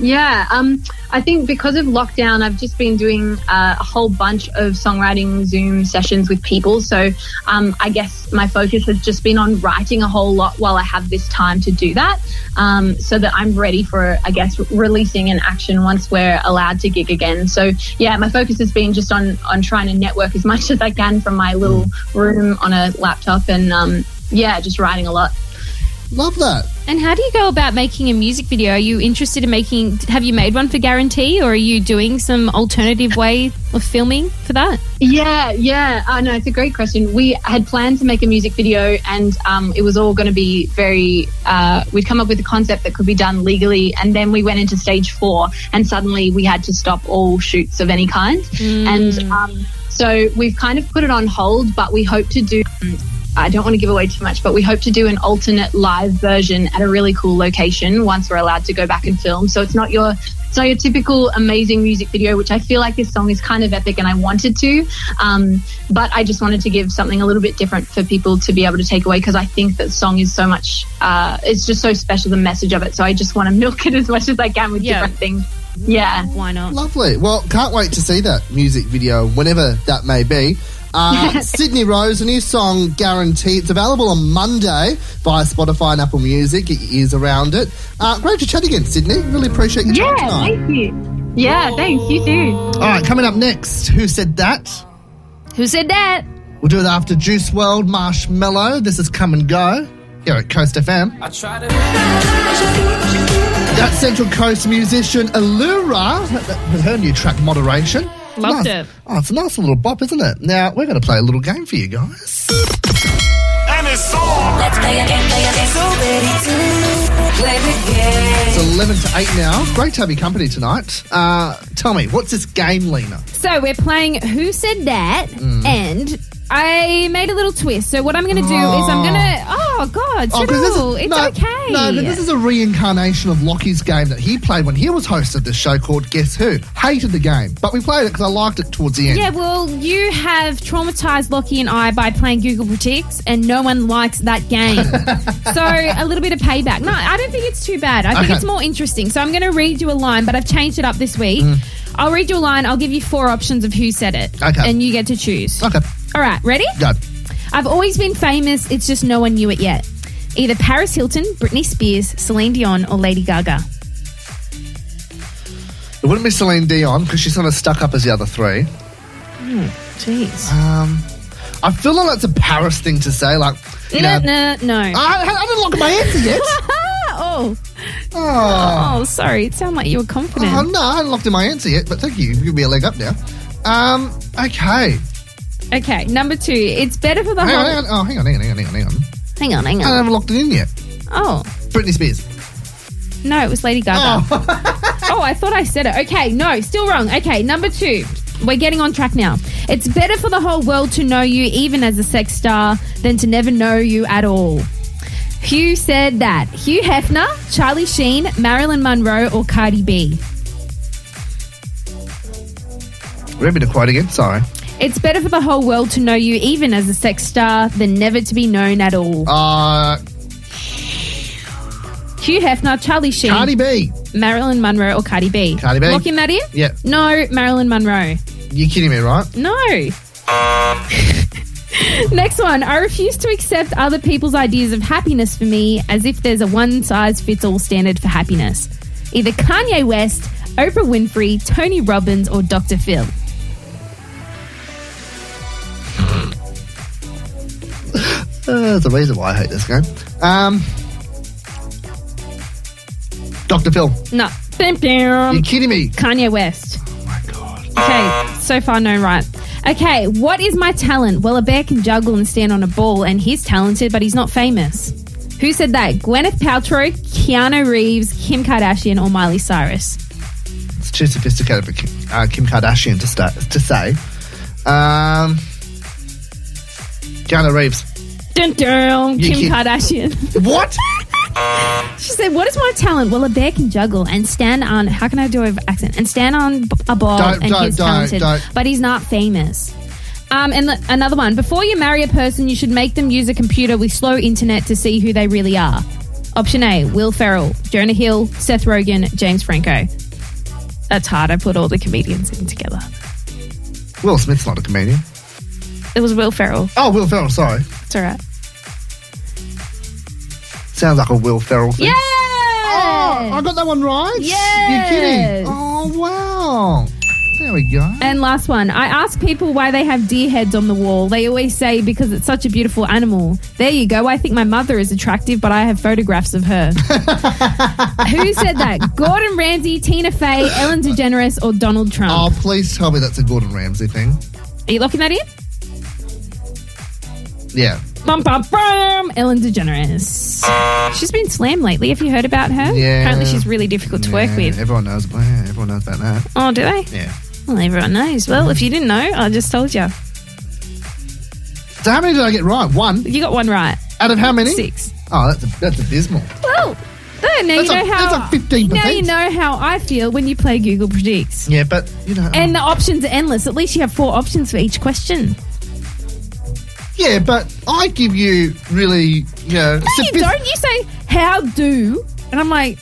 Speaker 13: Yeah, um, I think because of lockdown, I've just been doing uh, a whole bunch of songwriting Zoom sessions with people. So um, I guess my focus has just been on writing a whole lot while I have this time to do that, um, so that I'm ready for, I guess, releasing an action once we're allowed to gig again. So yeah, my focus has been just on on trying to network as (laughs) much as I can from my little room on a laptop, and um, yeah, just writing a lot.
Speaker 10: Love that.
Speaker 12: And how do you go about making a music video? Are you interested in making? Have you made one for Guarantee, or are you doing some alternative way of filming for that?
Speaker 13: Yeah, yeah. Uh, no, it's a great question. We had planned to make a music video, and um, it was all going to be very. Uh, we'd come up with a concept that could be done legally, and then we went into stage four, and suddenly we had to stop all shoots of any kind. And um, so we've kind of put it on hold, but we hope to do. um, I don't want to give away too much, but we hope to do an alternate live version at a really cool location once we're allowed to go back and film. So it's not your it's not your typical amazing music video, which I feel like this song is kind of epic, and I wanted to, um, but I just wanted to give something a little bit different for people to be able to take away because I think that song is so much uh, it's just so special the message of it. So I just want to (laughs) milk it as much as I can with different things. Yeah,
Speaker 12: why not?
Speaker 10: Lovely. Well, can't wait to see that music video, whenever that may be.
Speaker 13: (laughs)
Speaker 10: Uh, Sydney Rose, a new song, Guarantee. It's available on Monday via Spotify and Apple Music. Get your ears around it. Uh, great to chat again, Sydney. Really appreciate your time
Speaker 13: Yeah,
Speaker 10: tonight.
Speaker 13: thank you. Yeah, thanks. You too.
Speaker 10: All right, coming up next, who said that?
Speaker 12: Who said that?
Speaker 10: We'll do it after Juice World Marshmallow. This is Come and Go here at Coast FM.
Speaker 8: I try to.
Speaker 10: That's Central Coast musician Allura with her new track Moderation.
Speaker 12: Loved
Speaker 10: Nice.
Speaker 12: it.
Speaker 10: Oh, it's a nice little bop, isn't it? Now, we're going to play a little game for you guys.
Speaker 9: And it's on.
Speaker 1: Let's play a game, play a game. So ready to play the game.
Speaker 10: It's 11 to 8 now. Great to have your company tonight. Uh, tell me, what's this game, Lena?
Speaker 12: So we're playing Who Said That,
Speaker 10: Mm.
Speaker 12: and I made a little twist. So what I'm going to do is I'm going to. Oh God,
Speaker 10: Oh, 'cause this
Speaker 12: Cheryl,
Speaker 10: is-
Speaker 12: it's
Speaker 10: no,
Speaker 12: okay.
Speaker 10: No, but this is a reincarnation of Lockie's game that he played when he was host of this show called Guess Who. Hated the game, but we played it because I liked it towards the end.
Speaker 12: Yeah, well, you have traumatized Lockie and I by playing Google Predicts, and no one likes
Speaker 10: (laughs)
Speaker 12: that game. so a little bit of payback. No, I don't think it's too bad. I think
Speaker 10: Okay.
Speaker 12: it's more interesting. So I'm going to read you a line, but I've changed it up this week.
Speaker 10: Mm.
Speaker 12: I'll read you a line. I'll give you four options of who said it,
Speaker 10: Okay.
Speaker 12: and you get to choose.
Speaker 10: Okay,
Speaker 12: All right, ready?
Speaker 10: go.
Speaker 12: I've always been famous. It's just no one knew it yet. Either Paris Hilton, Britney Spears, Celine Dion, or Lady Gaga.
Speaker 10: It wouldn't be Celine Dion because she's not as stuck up as the other three.
Speaker 12: Jeez.
Speaker 10: Um, I feel like that's a Paris thing to say. Like, you
Speaker 12: no,
Speaker 10: know,
Speaker 12: no, no.
Speaker 10: I, I didn't lock my answer
Speaker 12: (laughs)
Speaker 10: yet.
Speaker 12: oh,
Speaker 10: Oh,
Speaker 12: oh, sorry. It sounded like you were confident.
Speaker 10: Oh, no, I haven't locked in my answer yet. But thank you. You give me a leg up now. Um, okay.
Speaker 12: Okay, number two. It's better for the
Speaker 10: Hang on, hang
Speaker 12: whole.
Speaker 10: on. Oh, hang on, hang on, hang on, hang on.
Speaker 12: Hang on, Um. hang
Speaker 10: I
Speaker 12: on.
Speaker 10: haven't locked it in yet.
Speaker 12: Oh
Speaker 10: Britney Spears.
Speaker 12: no, it was Lady Gaga.
Speaker 10: Oh.
Speaker 12: Oh, I thought I said it. Okay, no, still wrong. Okay, number two. We're getting on track now. It's better for the whole world to know you, even as a sex star, than to never know you at all. Hugh said that. Hugh Hefner, Charlie Sheen, Marilyn Monroe, or Cardi B.
Speaker 10: Read me the quote again. Sorry.
Speaker 12: It's better for the whole world to know you, even as a sex star, than never to be known at all.
Speaker 10: Uh,
Speaker 12: Hugh Hefner, Charlie Sheen,
Speaker 10: Cardi B.
Speaker 12: Marilyn Monroe, or Cardi B.
Speaker 10: Cardi B.
Speaker 12: Locking that in?
Speaker 10: Yeah,
Speaker 12: No, Marilyn Monroe.
Speaker 10: you're kidding me, right?
Speaker 12: No. (laughs) Next one. I refuse to accept other people's ideas of happiness for me as if there's a one size fits all standard for happiness. Either Kanye West, Oprah Winfrey, Tony Robbins, or Dr. Phil.
Speaker 10: Uh, there's a reason why I hate this game. Um, Dr. Phil.
Speaker 12: No. Bam, bam.
Speaker 10: You're kidding me.
Speaker 12: Kanye West. Okay, so far no right. Okay, what is my talent? Well, a bear can juggle and stand on a ball, and he's talented, but he's not famous. Who said that? Gwyneth Paltrow, Keanu Reeves, Kim Kardashian, or Miley Cyrus?
Speaker 10: It's too sophisticated for Kim, uh, Kim Kardashian to, start, to say. Um, Keanu Reeves.
Speaker 12: Dun dun,
Speaker 10: You
Speaker 12: Kim
Speaker 10: kid-
Speaker 12: Kardashian.
Speaker 10: What?
Speaker 12: She said, "What is my talent? Well, a bear can juggle and stand on. How can I do an accent? And stand on b- a ball,
Speaker 10: Don't-
Speaker 12: and
Speaker 10: don't-
Speaker 12: he's
Speaker 10: don't-
Speaker 12: talented,
Speaker 10: don't.
Speaker 12: but he's not famous." Um, and the, another one: Before you marry a person, you should make them use a computer with slow internet to see who they really are. Option A: Will Ferrell, Jonah Hill, Seth Rogen, James Franco. That's hard. I put all the comedians in together.
Speaker 10: Will Smith's not a comedian.
Speaker 12: It was Will Ferrell.
Speaker 10: Oh, Will Ferrell, sorry.
Speaker 12: It's all right.
Speaker 10: Sounds like a Will Ferrell thing.
Speaker 12: Yeah.
Speaker 10: I got that one right?
Speaker 12: Yes.
Speaker 10: You're kidding. Oh, wow. There we go.
Speaker 12: And last one. I ask people why they have deer heads on the wall. They always say because it's such a beautiful animal. There you go. I think my mother is attractive, but I have photographs of her.
Speaker 10: (laughs)
Speaker 12: Who said that? Gordon Ramsay, Tina Fey, Ellen DeGeneres, or Donald Trump?
Speaker 10: Oh, please tell me that's a Gordon Ramsay thing.
Speaker 12: Are you locking that in?
Speaker 10: Yeah.
Speaker 12: Bum, bum, bum. Ellen DeGeneres. She's been slammed lately. Have you heard about her?
Speaker 10: Yeah.
Speaker 12: Apparently, she's really difficult to work
Speaker 10: Yeah,
Speaker 12: with.
Speaker 10: Everyone knows. yeah, everyone knows about that.
Speaker 12: Oh, do they?
Speaker 10: Yeah.
Speaker 12: Well, everyone knows. Well, if you didn't know, I just told you.
Speaker 10: So how many did I get right? One.
Speaker 12: You got one right.
Speaker 10: Out of how many?
Speaker 12: Six.
Speaker 10: Oh, that's a, that's abysmal.
Speaker 12: Well, there, now
Speaker 10: That's
Speaker 12: you
Speaker 10: a-
Speaker 12: know how.
Speaker 10: that's a 15%.
Speaker 12: Now you know how I feel when you play Google Predicts.
Speaker 10: Yeah, but you know.
Speaker 12: And the options are endless. At least you have four options for each question.
Speaker 10: Yeah, but I give you really, you know.
Speaker 12: No, you don't. You say, how do? And I'm like,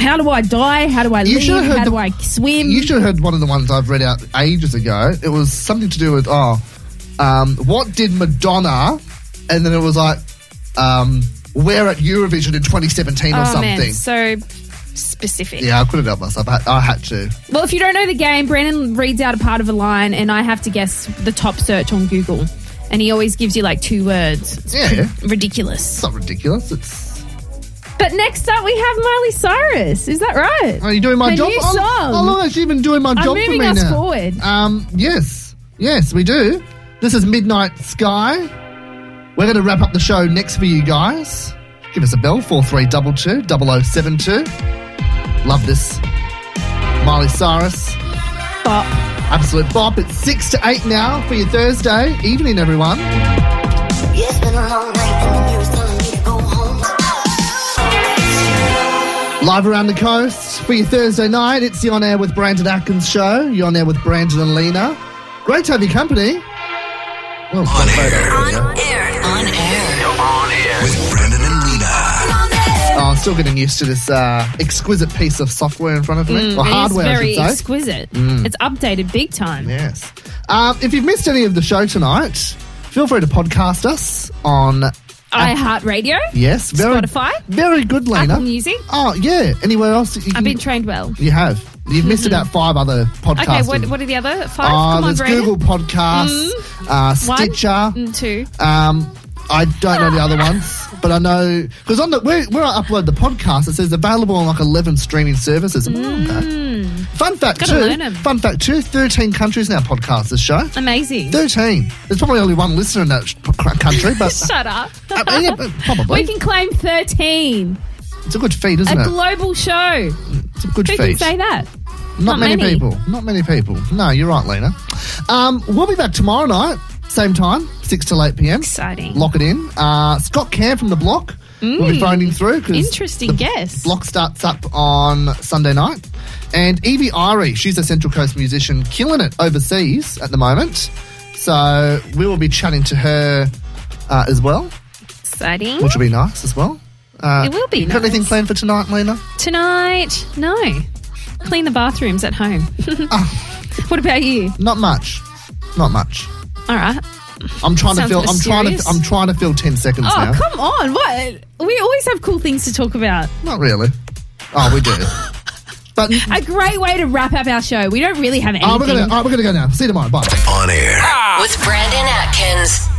Speaker 12: how do I die? How do I
Speaker 10: You
Speaker 12: live?
Speaker 10: should have heard
Speaker 12: How
Speaker 10: the-
Speaker 12: do I swim?
Speaker 10: You should have heard one of the ones I've read out ages ago. It was something to do with oh, um, what did Madonna? And then it was like, um, we're at Eurovision in 2017 or
Speaker 12: oh,
Speaker 10: something.
Speaker 12: man, so specific.
Speaker 10: yeah, I couldn't help myself. I, I had to.
Speaker 12: Well, if you don't know the game, Brandon reads out a part of a line, and I have to guess the top search on Google. And he always gives you like two words. It's
Speaker 10: Yeah.
Speaker 12: pretty ridiculous. It's
Speaker 10: not ridiculous. It's
Speaker 12: But next up, we have Miley Cyrus. Is that right?
Speaker 10: Are you doing my
Speaker 12: Her
Speaker 10: job?
Speaker 12: New
Speaker 10: Oh,
Speaker 12: song.
Speaker 10: Oh, look, she's been doing my
Speaker 12: I'm
Speaker 10: job for
Speaker 12: moving
Speaker 10: me
Speaker 12: us
Speaker 10: now.
Speaker 12: forward.
Speaker 10: Um, yes, yes, we do. This is Midnight Sky. We're going to wrap up the show next for you guys. Give us a bell four three double two double oh seven two. Love this, Miley Cyrus.
Speaker 12: Bop,
Speaker 10: absolute bop. It's six to eight now for your Thursday evening, everyone.
Speaker 8: Yeah, it's been a long night and the mirror's telling me to go home.
Speaker 10: Live around the coast for your Thursday night. It's the On Air with Brandon Atkins show. You're on air with Brandon and Lena. Great to have your company. Well, on air. On air.
Speaker 1: On air.
Speaker 7: On air. With Brandon and Lena.
Speaker 10: Oh, I'm still getting used to this uh, exquisite piece of software in front of me.
Speaker 12: Mm,
Speaker 10: or
Speaker 12: it is
Speaker 10: hardware,
Speaker 12: very
Speaker 10: I should say.
Speaker 12: exquisite.
Speaker 10: Mm.
Speaker 12: It's updated big time.
Speaker 10: Yes. Um, if you've missed any of the show tonight, feel free to podcast us on.
Speaker 12: iHeartRadio.
Speaker 10: Yes, very,
Speaker 12: Spotify.
Speaker 10: Very good, Lena.
Speaker 12: Apple Music.
Speaker 10: Oh, yeah. Anywhere else? that You
Speaker 12: I've
Speaker 10: can-
Speaker 12: been trained well.
Speaker 10: You have. You've missed about five other podcasts.
Speaker 12: Okay, what, what are the other
Speaker 10: Oh,
Speaker 12: five? Come on,
Speaker 10: there's
Speaker 12: Brandon.
Speaker 10: Google Podcasts,
Speaker 12: Mm.
Speaker 10: uh,
Speaker 12: One,
Speaker 10: Stitcher.
Speaker 12: mm, two.
Speaker 10: Um, I don't know the
Speaker 12: (laughs)
Speaker 10: other ones, but I know because on the where, where I upload the podcast, it says available on like eleven streaming services. Mm. Fun fact
Speaker 12: Gotta learn 'em.
Speaker 10: too. Fun fact too. Thirteen countries now podcast this show.
Speaker 12: Amazing.
Speaker 10: Thirteen. There's probably only one listener in that sh- c- country, but
Speaker 12: (laughs)
Speaker 10: (laughs)
Speaker 12: Shut up.
Speaker 10: Uh, yeah, but probably.
Speaker 12: we can claim 13.
Speaker 10: it's a good feat, isn't
Speaker 12: a
Speaker 10: it?
Speaker 12: global show.
Speaker 10: it's a good
Speaker 12: Who can
Speaker 10: feat.
Speaker 12: say that?
Speaker 10: Not,
Speaker 12: Not
Speaker 10: many,
Speaker 12: many.
Speaker 10: people. Not many people. No, you're right, Lena. Um, we'll be back tomorrow night, same time, six till eight p.m.
Speaker 12: Exciting.
Speaker 10: Lock it in. Uh, Scott Cam from the Block. We'll be
Speaker 12: Mm.
Speaker 10: phoning through. 'cause
Speaker 12: Interesting
Speaker 10: the
Speaker 12: guess.
Speaker 10: Block starts up on Sunday night, and Evie Irie, she's a Central Coast musician, killing it overseas at the moment. So we will be chatting to her uh, as well,
Speaker 12: Exciting.
Speaker 10: which will be nice as well. Uh,
Speaker 12: It will be
Speaker 10: you Got anything
Speaker 12: nice.
Speaker 10: planned for tonight, Lena?
Speaker 12: Tonight, no. Clean the bathrooms at home. (laughs) What about you?
Speaker 10: Not much. Not much.
Speaker 12: All right.
Speaker 10: I'm trying
Speaker 12: Sounds
Speaker 10: to
Speaker 12: a
Speaker 10: fill.
Speaker 12: bit
Speaker 10: I'm trying
Speaker 12: serious.
Speaker 10: to. I'm trying to fill ten seconds
Speaker 12: Oh,
Speaker 10: now.
Speaker 12: come on. What? We always have cool things to talk about.
Speaker 10: Not really. Oh, we do.
Speaker 12: (laughs)
Speaker 10: but
Speaker 12: A great way to wrap up our show. We don't really have anything.
Speaker 10: oh, we're gonna. Oh, we're gonna go now. See you tomorrow. Bye.
Speaker 7: On air.
Speaker 1: With Brandon Atkins.